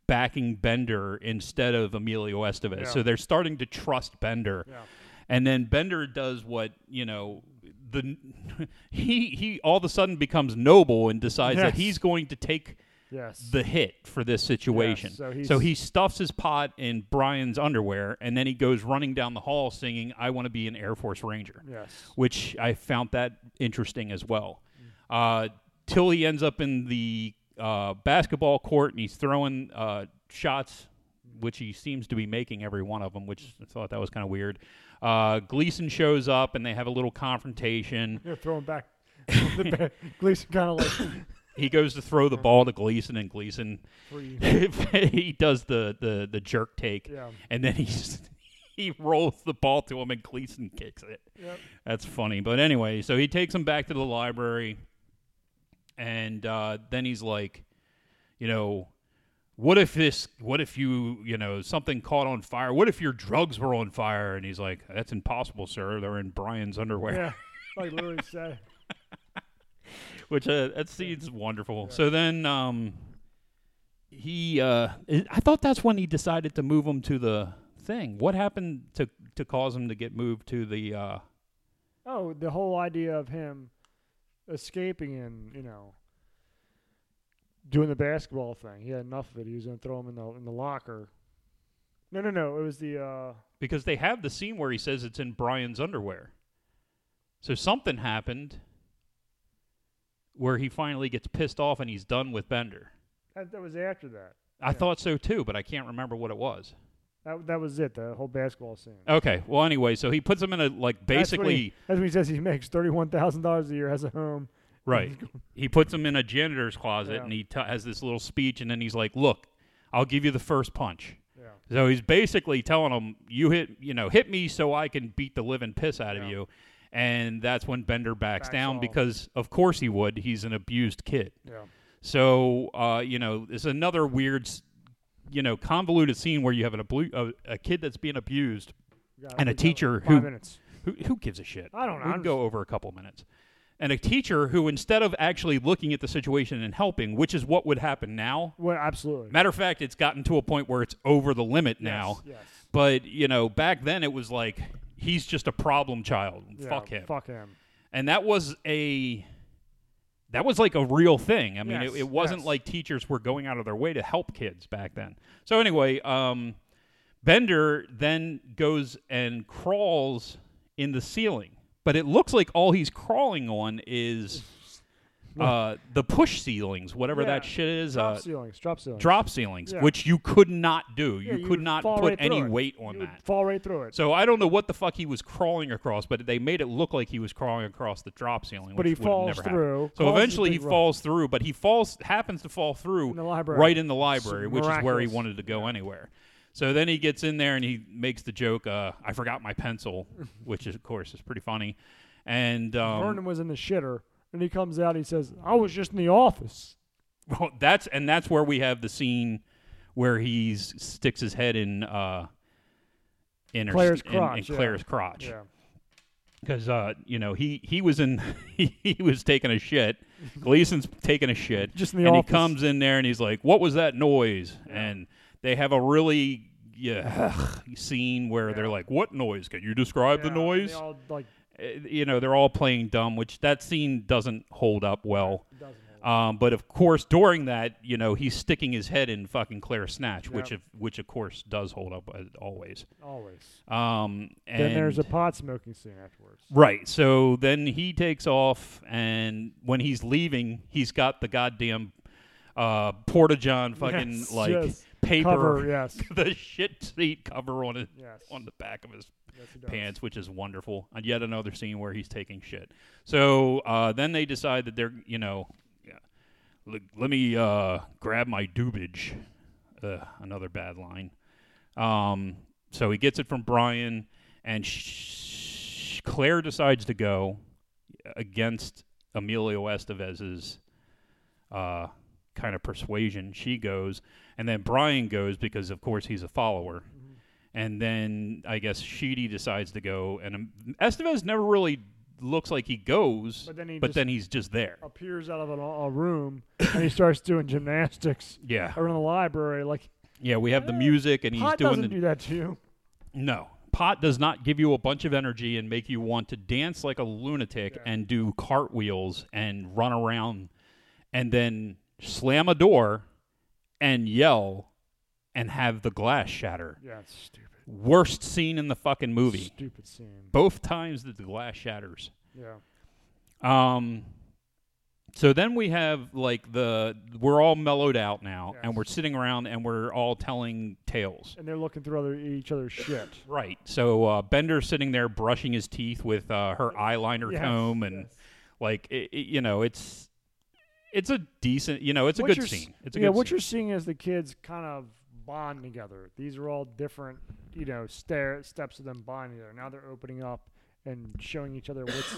Speaker 2: backing Bender instead of Emilio Estevez.
Speaker 1: Yeah.
Speaker 2: So they're starting to trust Bender.
Speaker 1: Yeah.
Speaker 2: And then Bender does what, you know, the he he all of a sudden becomes noble and decides that
Speaker 1: Yes.
Speaker 2: he's going to take
Speaker 1: Yes.
Speaker 2: the hit for this situation.
Speaker 1: so he's-
Speaker 2: he stuffs his pot in Brian's underwear and then he goes running down the hall singing, I want to be an Air Force Ranger,
Speaker 1: yes.
Speaker 2: which I found that interesting as well.
Speaker 1: Mm.
Speaker 2: Uh, till he ends up in the uh, basketball court and he's throwing uh, shots, which he seems to be making every one of them, which I thought that was kind of weird. Uh, Gleason shows up and they have a little confrontation.
Speaker 1: You're throwing back. the bed. Gleason kind of like
Speaker 2: He goes to throw the ball to Gleason, and Gleason
Speaker 1: free.
Speaker 2: he does the, the, the jerk take,
Speaker 1: Yeah.
Speaker 2: and then he just, he rolls the ball to him, and Gleason kicks it.
Speaker 1: Yep.
Speaker 2: That's funny, but anyway, so he takes him back to the library, and uh, then he's like, you know, what if this? What if you, you know, something caught on fire? What if your drugs were on fire? And he's like, that's impossible, sir. They're in Brian's underwear.
Speaker 1: Yeah. Like literally said.
Speaker 2: which uh, that scene's wonderful. So then, um, he, uh, I I thought that's when he decided to move him to the thing. What happened to to cause him to get moved to the? Uh,
Speaker 1: Oh, the whole idea of him escaping and you know doing the basketball thing. He had enough of it. He was going to throw him in the in the locker. No, no, no. It was the uh,
Speaker 2: because they have the scene where he says it's in Brian's underwear. So something happened where he finally gets pissed off and he's done with Bender.
Speaker 1: that, that was after that.
Speaker 2: I
Speaker 1: Yeah.
Speaker 2: thought so too, but I can't remember what it was.
Speaker 1: That that was it. The whole basketball scene.
Speaker 2: Okay. Well, anyway, so he puts him in a like
Speaker 1: That's when
Speaker 2: Oh, basically
Speaker 1: he- that's when he says he makes thirty one thousand dollars a year, has a home.
Speaker 2: Right. he puts him in a janitor's closet
Speaker 1: Yeah.
Speaker 2: and he t- has this little speech, and then he's like, "Look, I'll give you the first punch."
Speaker 1: Yeah.
Speaker 2: So he's basically telling him, "You hit, you know, hit me so I can beat the living piss out of
Speaker 1: Yeah.
Speaker 2: you." And that's when Bender backs,
Speaker 1: Backs
Speaker 2: down
Speaker 1: off.
Speaker 2: because, of course, he would. He's an abused kid.
Speaker 1: Yeah.
Speaker 2: So uh, you know, it's another weird, s- you know, convoluted scene where you have an ablu- uh, a, a kid that's being abused.
Speaker 1: We got-
Speaker 2: And a
Speaker 1: we got
Speaker 2: teacher
Speaker 1: five
Speaker 2: who-
Speaker 1: minutes.
Speaker 2: Who, who gives a shit?
Speaker 1: I don't know.
Speaker 2: We
Speaker 1: I'm
Speaker 2: can go over a couple minutes. And a teacher who, instead of actually looking at the situation and helping, which is what would happen now.
Speaker 1: Well, absolutely.
Speaker 2: Matter of fact, it's gotten to a point where it's over the limit now.
Speaker 1: Yes. yes.
Speaker 2: But, you know, back then it was like, he's just a problem child.
Speaker 1: Yeah,
Speaker 2: fuck him.
Speaker 1: Fuck him.
Speaker 2: And that was a. That was like a real thing. I mean,
Speaker 1: Yes,
Speaker 2: it, it wasn't
Speaker 1: yes.
Speaker 2: like teachers were going out of their way to help kids back then. So, anyway, um, Bender then goes and crawls in the ceiling, but it looks like all he's crawling on is uh, the push ceilings, whatever
Speaker 1: Yeah.
Speaker 2: that shit is,
Speaker 1: Drop
Speaker 2: uh,
Speaker 1: ceilings. Drop ceilings.
Speaker 2: drop ceilings,
Speaker 1: Yeah.
Speaker 2: which you could not do.
Speaker 1: Yeah,
Speaker 2: you, could
Speaker 1: would
Speaker 2: not
Speaker 1: fall
Speaker 2: put
Speaker 1: right through
Speaker 2: any
Speaker 1: it.
Speaker 2: weight
Speaker 1: You
Speaker 2: on
Speaker 1: would
Speaker 2: that.
Speaker 1: Fall right through it.
Speaker 2: So I don't know what the fuck he was crawling across, but they made it look like he was crawling across the drop ceiling.
Speaker 1: but he
Speaker 2: which would have
Speaker 1: falls
Speaker 2: never happened.
Speaker 1: through.
Speaker 2: So
Speaker 1: causes a
Speaker 2: eventually he
Speaker 1: big run.
Speaker 2: falls through, but he falls happens to fall through
Speaker 1: In the library.
Speaker 2: right in the library, which is where he
Speaker 1: miraculous.
Speaker 2: wanted to go anywhere. So then he gets in there and he makes the joke, uh, "I forgot my pencil," which is, of course is pretty funny. And um,
Speaker 1: Vernon was in the shitter, and he comes out. He says, "I was just in the office."
Speaker 2: well, that's and that's where we have the scene where he sticks his head in uh, in, her-
Speaker 1: Claire's
Speaker 2: in-
Speaker 1: crotch,
Speaker 2: in
Speaker 1: yeah.
Speaker 2: Claire's crotch.
Speaker 1: Yeah.
Speaker 2: because uh, you know he he was in he, was taking a shit. Gleason's taking a shit,
Speaker 1: Just in the
Speaker 2: and
Speaker 1: office.
Speaker 2: he comes in there and he's like, "What was that noise?"
Speaker 1: Yeah.
Speaker 2: And they have a really yeah scene where they're
Speaker 1: Yeah.
Speaker 2: like, "What noise? Can you describe
Speaker 1: Yeah,
Speaker 2: the
Speaker 1: and
Speaker 2: noise?"
Speaker 1: They all, like,
Speaker 2: Uh, you know, they're all playing dumb, which that scene doesn't hold up well.
Speaker 1: doesn't hold.
Speaker 2: Um, but of course, during that, you know, he's sticking his head in fucking Claire Snatch, which
Speaker 1: Yep.
Speaker 2: of which of course does hold up as always.
Speaker 1: always.
Speaker 2: Um, and
Speaker 1: Then there's a pot smoking scene afterwards.
Speaker 2: Right. So then he takes off, and when he's leaving, he's got the goddamn uh, porta john fucking
Speaker 1: Yes,
Speaker 2: like
Speaker 1: yes.
Speaker 2: paper,
Speaker 1: cover. Yes.
Speaker 2: the shit seat cover on his
Speaker 1: Yes.
Speaker 2: on the back of his
Speaker 1: yes he does.
Speaker 2: pants, which is wonderful. And yet another scene where he's taking shit. So uh, then they decide that they're you know, yeah, "Look, let me uh, grab my dubage. Uh, another bad line. Um, so he gets it from Brian, and sh- Claire decides to go against Emilio Estevez's uh, kind of persuasion. She goes, and then Brian goes because, of course, he's a follower.
Speaker 1: Mm-hmm.
Speaker 2: And then I guess Sheedy decides to go, and um, Estevez never really looks like he goes,
Speaker 1: But then he
Speaker 2: but
Speaker 1: just Oh.
Speaker 2: then he's just there.
Speaker 1: appears out of an, a room and he starts doing gymnastics
Speaker 2: Yeah,
Speaker 1: around the library. Like
Speaker 2: yeah. We have the
Speaker 1: Eh,
Speaker 2: music, and he's
Speaker 1: pot
Speaker 2: doing
Speaker 1: doesn't
Speaker 2: the
Speaker 1: do that to you.
Speaker 2: No. Pot does not give you a bunch of energy and make you want to dance like a lunatic
Speaker 1: Yeah.
Speaker 2: and do cartwheels and run around and then slam a door and yell and have the glass shatter.
Speaker 1: Yeah, it's stupid.
Speaker 2: Worst scene in the fucking movie.
Speaker 1: Stupid scene.
Speaker 2: Both times that the glass shatters.
Speaker 1: Yeah.
Speaker 2: Um so then we have like the we're all mellowed out now and
Speaker 1: Yes.
Speaker 2: we're sitting around and we're all telling tales.
Speaker 1: And they're looking through other each other's shit.
Speaker 2: Right. So uh, Bender's sitting there brushing his teeth with uh, her eyeliner
Speaker 1: Yes,
Speaker 2: comb, and
Speaker 1: yes.
Speaker 2: like it, it- you know, it's it's a decent, you know, it's a
Speaker 1: What
Speaker 2: good
Speaker 1: you're s-
Speaker 2: scene. It's a
Speaker 1: yeah,
Speaker 2: good
Speaker 1: what
Speaker 2: scene.
Speaker 1: you're seeing is the kids kind of bond together. These are all different, you know, stair steps of them bonding together. Now they're opening up and showing each other what's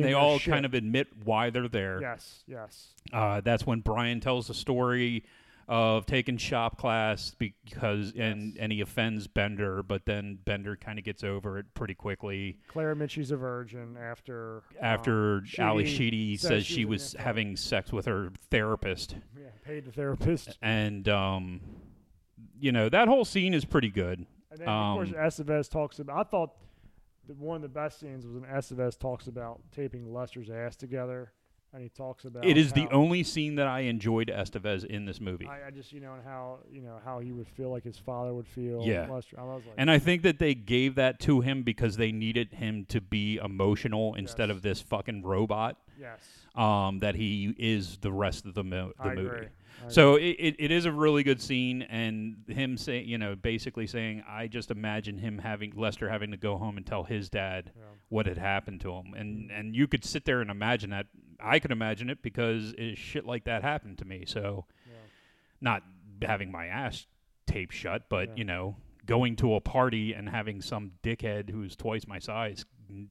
Speaker 1: In
Speaker 2: they
Speaker 1: their
Speaker 2: all
Speaker 1: shit.
Speaker 2: kind of admit why they're there.
Speaker 1: Yes, yes.
Speaker 2: Uh, that's when Brian tells the story of taking shop class because and
Speaker 1: Yes.
Speaker 2: and he offends Bender, but then Bender kind of gets over it pretty quickly
Speaker 1: Clara Mitchie's a virgin after um,
Speaker 2: after Ali
Speaker 1: Sheedy
Speaker 2: Sheedy
Speaker 1: says
Speaker 2: says
Speaker 1: she
Speaker 2: she
Speaker 1: was
Speaker 2: was
Speaker 1: an info.
Speaker 2: having sex with her therapist,
Speaker 1: yeah, paid the therapist.
Speaker 2: and um, you know that whole scene is pretty good.
Speaker 1: And then, of course,
Speaker 2: Um,
Speaker 1: Estevez talks about. I thought that one of the best scenes was when Estevez talks about taping Lester's ass together, and he talks about
Speaker 2: It is the
Speaker 1: how-
Speaker 2: only scene that I enjoyed Estevez in this movie.
Speaker 1: I, I just you know and how you know how he would feel like his father would feel.
Speaker 2: Yeah.
Speaker 1: Lester. I was like,
Speaker 2: And I think that they gave that to him because they needed him to be emotional instead
Speaker 1: Yes.
Speaker 2: of this fucking robot
Speaker 1: yes,
Speaker 2: um, that he is the rest of the, mo- the
Speaker 1: I
Speaker 2: movie.
Speaker 1: agree. I
Speaker 2: So it, it, it is a really good scene, and him saying, you know, basically saying, I just imagine him having Lester having to go home and tell his dad
Speaker 1: agree, yeah.
Speaker 2: what had happened to him, and and you could sit there and imagine that. I could imagine it because it, shit like that happened to me. So
Speaker 1: yeah.
Speaker 2: not having my ass taped shut, but
Speaker 1: Yeah.
Speaker 2: you know, going to a party and having some dickhead who's twice my size n-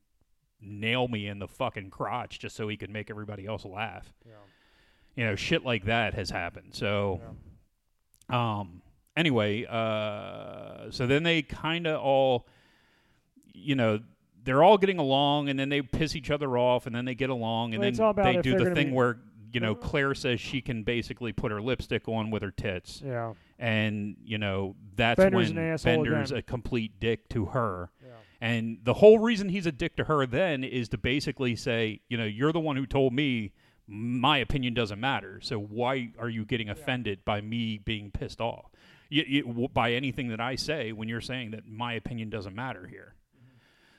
Speaker 2: nail me in the fucking crotch just so he could make everybody else laugh.
Speaker 1: yeah,
Speaker 2: You know, shit like that has happened. So,
Speaker 1: yeah.
Speaker 2: um, anyway, uh, so then they kind of all, you know. They're all getting along, and then they piss each other off, and then they get along, and
Speaker 1: Well, it's all
Speaker 2: then
Speaker 1: about
Speaker 2: they
Speaker 1: if
Speaker 2: do
Speaker 1: they're
Speaker 2: the
Speaker 1: gonna
Speaker 2: thing
Speaker 1: be- Uh-huh.
Speaker 2: where you know Claire says she can basically put her lipstick on with her tits,
Speaker 1: Yeah,
Speaker 2: and you know that's
Speaker 1: Bender's an
Speaker 2: when
Speaker 1: asshole
Speaker 2: Bender's
Speaker 1: again.
Speaker 2: a complete dick to her.
Speaker 1: yeah,
Speaker 2: And the whole reason he's a dick to her then is to basically say, you know, you're the one who told me my opinion doesn't matter. So why are you getting offended by me being pissed off y y w by anything that I say when you're saying that my opinion doesn't matter here?
Speaker 1: Mm-hmm.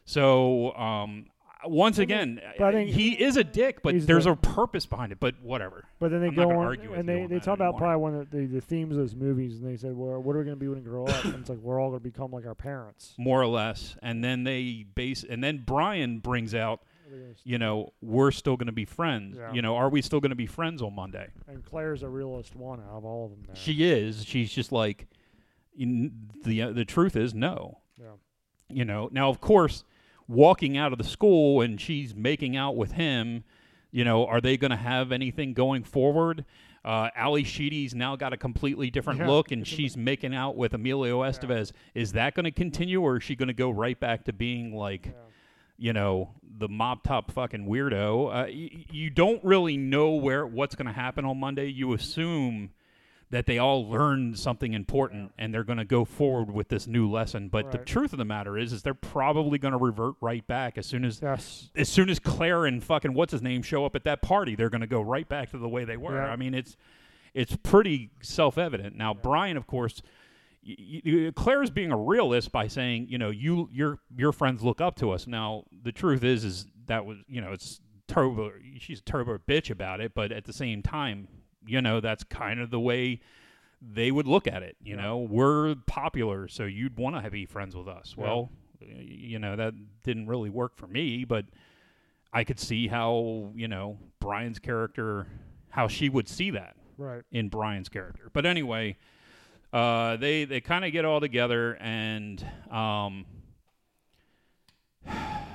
Speaker 2: So um, once again, uh,
Speaker 1: but I think-
Speaker 2: he is a dick, but
Speaker 1: He's a
Speaker 2: there's
Speaker 1: dick.
Speaker 2: a purpose behind it. But whatever.
Speaker 1: But then they
Speaker 2: I'm not
Speaker 1: go
Speaker 2: gonna
Speaker 1: on
Speaker 2: argue with
Speaker 1: and
Speaker 2: you
Speaker 1: they,
Speaker 2: on
Speaker 1: they
Speaker 2: that
Speaker 1: talk about
Speaker 2: anymore.
Speaker 1: probably one of the, the themes of those movies, and they said, "Well, what are we going to be when we grow up?" And it's like we're all going to become like our parents.
Speaker 2: more or less. And then they base, and then Brian brings out,
Speaker 1: We're gonna
Speaker 2: you know, we're still going to be friends.
Speaker 1: Yeah.
Speaker 2: You know, are we still going to be friends on Monday?
Speaker 1: And Claire's the realest one out of all of them. There.
Speaker 2: She is. She's just like, in, the uh, the truth is no.
Speaker 1: Yeah.
Speaker 2: You know. Now, of course, walking out of the school and she's making out with him. You know, are they going to have anything going forward? Uh, Ali Sheedy's now got a completely different
Speaker 1: Yeah.
Speaker 2: look, and she's making out with Emilio Estevez. Is that going to continue, or is she going to go right back to being like?
Speaker 1: yeah.
Speaker 2: you know the mop top fucking weirdo. Uh, y- you don't really know where what's going to happen on Monday. You assume that they all learned something important and they're going to go forward with this new lesson. But the
Speaker 1: Right.
Speaker 2: truth of the matter is, is they're probably going to revert right back as soon as
Speaker 1: Yes.
Speaker 2: as soon as Claire and fucking what's his name show up at that party. They're going to go right back to the way they were.
Speaker 1: Yeah.
Speaker 2: I mean, it's it's pretty self evident. Now Brian, of course. y- y- Claire's being a realist by saying, you know, you your your friends look up to us. Now the truth is, is that was you know it's turbo. She's a turbo bitch about it, but at the same time, you know that's kind of the way they would look at it. You
Speaker 1: Yeah.
Speaker 2: know, we're popular, so you'd want to be friends with us.
Speaker 1: Yeah.
Speaker 2: Well, y- you know that didn't really work for me, but I could see how you know Brian's character, how she would see that
Speaker 1: Right.
Speaker 2: in Brian's character. But anyway, uh, they they kind of get all together and um,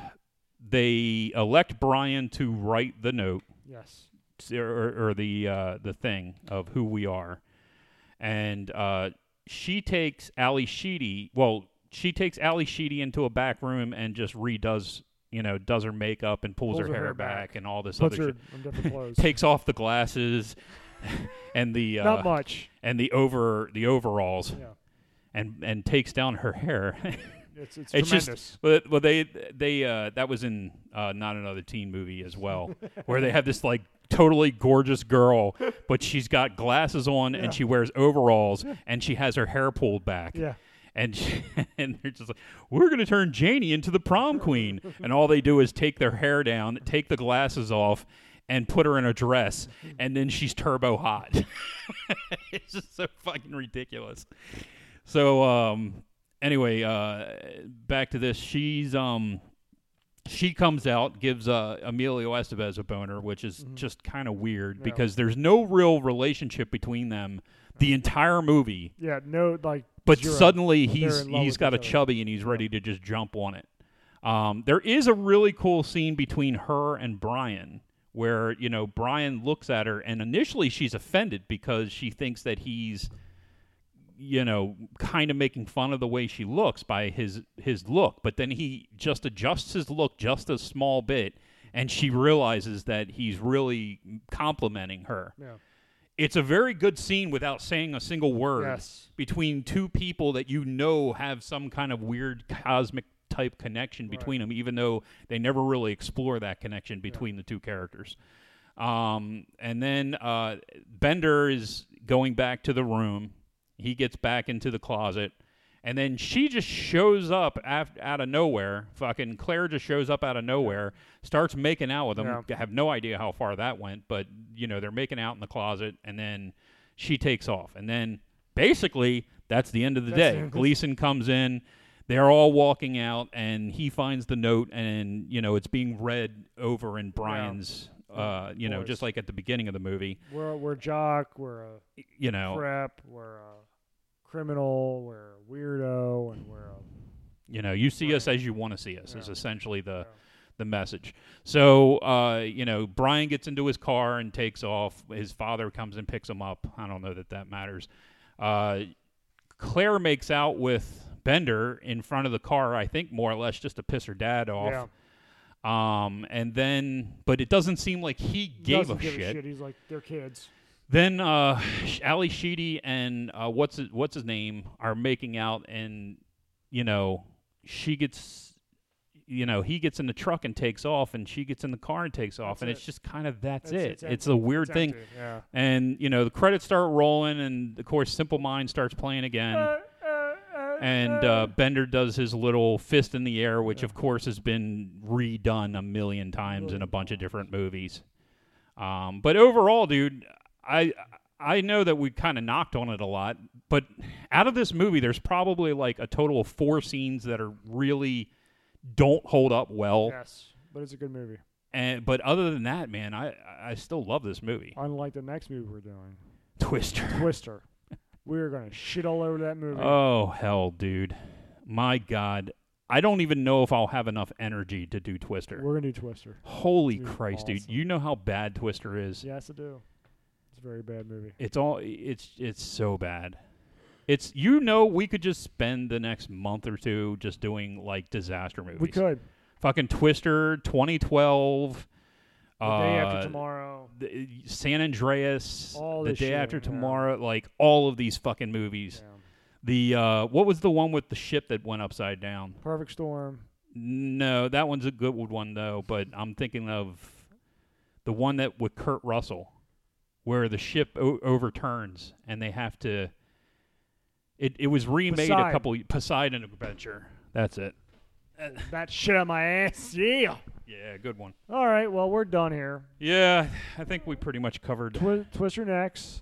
Speaker 2: they elect Brian to write the note
Speaker 1: Yes.
Speaker 2: or, or the uh, the thing of who we are, and uh, she takes Ali Sheedy. Well, she takes Ali Sheedy into a back room and just redoes. You know, does her makeup and pulls, her, hair back, and all this
Speaker 1: Puts
Speaker 2: other
Speaker 1: her
Speaker 2: shit.
Speaker 1: in different clothes.
Speaker 2: Takes off the glasses and the uh,
Speaker 1: Not much.
Speaker 2: and the over the overalls
Speaker 1: Yeah.
Speaker 2: and and takes down her hair.
Speaker 1: It's it's,
Speaker 2: It's just-
Speaker 1: tremendous.
Speaker 2: but well, they they uh, that was in uh, not another teen movie as well, where they have this like totally gorgeous girl, but she's got glasses on
Speaker 1: Yeah.
Speaker 2: and she wears overalls and she has her hair pulled back.
Speaker 1: yeah.
Speaker 2: And she, and they're just like, we're gonna turn Janie into the prom queen, and all they do is take their hair down, take the glasses off, and put her in a dress, and then she's turbo hot. it's just so fucking ridiculous. So um, anyway, uh, back to this. She's um, she comes out, gives uh, Emilio Estevez a boner, which is just kind of weird
Speaker 1: Yeah.
Speaker 2: because there's no real relationship between them the entire movie.
Speaker 1: Yeah. No. Like.
Speaker 2: But
Speaker 1: zero.
Speaker 2: suddenly
Speaker 1: They're
Speaker 2: he's
Speaker 1: in love
Speaker 2: he's
Speaker 1: with
Speaker 2: got a
Speaker 1: each other.
Speaker 2: chubby and he's ready to just jump on it. Um, there is a really cool scene between her and Brian where, you know, Brian looks at her and initially she's offended because she thinks that he's, you know, kind of making fun of the way she looks by his his look, but then he just adjusts his look just a small bit and she realizes that he's really complimenting her.
Speaker 1: Yeah.
Speaker 2: It's a very good scene without saying a single word
Speaker 1: Yes.
Speaker 2: between two people that you know have some kind of weird cosmic type connection between them, even though they never really explore that connection between the two characters. Um, and then uh, Bender is going back to the room. He gets back into the closet. And then she just shows up af- out of nowhere. Fucking Claire just shows up out of nowhere, starts making out with him.
Speaker 1: Yeah.
Speaker 2: Have no idea how far that went, but you know they're making out in the closet, and then she takes off. And then basically that's the end of the
Speaker 1: That's the
Speaker 2: day.
Speaker 1: end.
Speaker 2: Gleason comes in. They're all walking out, and he finds the note, and you know it's being read over in Brian's, uh, you know,
Speaker 1: Voice.
Speaker 2: just like at the beginning of the movie.
Speaker 1: We're we're jock. We're uh, a
Speaker 2: You know,
Speaker 1: prep. We're a criminal. We're a weirdo, and we're a
Speaker 2: you know, you see us
Speaker 1: Right.
Speaker 2: as you want to see us is
Speaker 1: Yeah.
Speaker 2: essentially the
Speaker 1: Yeah.
Speaker 2: the message. So uh, you know, Brian gets into his car and takes off. His father comes and picks him up. I don't know that that matters. Uh, Claire makes out with Bender in front of the car. I think more or less just to piss her dad off.
Speaker 1: yeah.
Speaker 2: Um, and then, but it doesn't seem like he gave
Speaker 1: Doesn't
Speaker 2: a,
Speaker 1: give
Speaker 2: shit.
Speaker 1: a shit. He's like they're kids.
Speaker 2: Then uh, Ali Sheedy and uh, what's his, what's his name are making out, and you know she gets, you know he gets in the truck and takes off, and she gets in the car and takes off,
Speaker 1: That's
Speaker 2: and
Speaker 1: it.
Speaker 2: it's just kind of that's,
Speaker 1: That's
Speaker 2: it.
Speaker 1: it.
Speaker 2: It's,
Speaker 1: That's
Speaker 2: a weird
Speaker 1: It's
Speaker 2: thing,
Speaker 1: empty, Yeah.
Speaker 2: and you know the credits start rolling, and of course Simple Mind starts playing again.
Speaker 1: Uh,
Speaker 2: and uh, Bender does his little fist in the air, which of course has been redone a million times in a
Speaker 1: Million
Speaker 2: bunch of different movies. Um, but overall, dude, I I know that we kind of knocked on it a lot, but out of this movie, there's probably like a total of four scenes that are really don't hold up well.
Speaker 1: yes, but it's a good movie.
Speaker 2: And but other than that, man, I I still love this movie,
Speaker 1: Unlike the next movie we're doing,
Speaker 2: Twister.
Speaker 1: Twister. We're gonna shit all over that movie.
Speaker 2: Oh hell, dude, my god. I don't even know if I'll have enough energy to do Twister.
Speaker 1: we're gonna do Twister.
Speaker 2: Holy
Speaker 1: Dude,
Speaker 2: Christ, dude!
Speaker 1: awesome.
Speaker 2: You know how bad Twister is.
Speaker 1: Yes, I do. It's a very bad movie.
Speaker 2: It's all. It's it's so bad. It's you know we could just spend the next month or two just doing like disaster movies.
Speaker 1: We could.
Speaker 2: Fucking Twister, 2012.
Speaker 1: The
Speaker 2: uh,
Speaker 1: day after tomorrow.
Speaker 2: the- San Andreas,
Speaker 1: All
Speaker 2: the
Speaker 1: this
Speaker 2: day
Speaker 1: shit,
Speaker 2: after
Speaker 1: yeah.
Speaker 2: tomorrow, like all of these fucking movies.
Speaker 1: Yeah.
Speaker 2: The uh, what was the one with the ship that went upside down?
Speaker 1: Perfect Storm.
Speaker 2: No, that one's a good one though. But I'm thinking of the one that with Kurt Russell, where the ship o- overturns and they have to. It it was remade a
Speaker 1: Poseidon.
Speaker 2: couple Poseidon Adventure. That's it.
Speaker 1: That shit on my ass. Yeah.
Speaker 2: Yeah, good one.
Speaker 1: All right. Well, we're done here.
Speaker 2: Yeah, I think we pretty much covered.
Speaker 1: Twi- twist your necks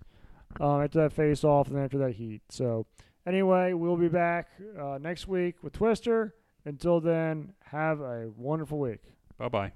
Speaker 1: um, after that face off and after that heat. So, anyway, we'll be back uh, next week with Twister. Until then, have a wonderful week.
Speaker 2: Bye bye.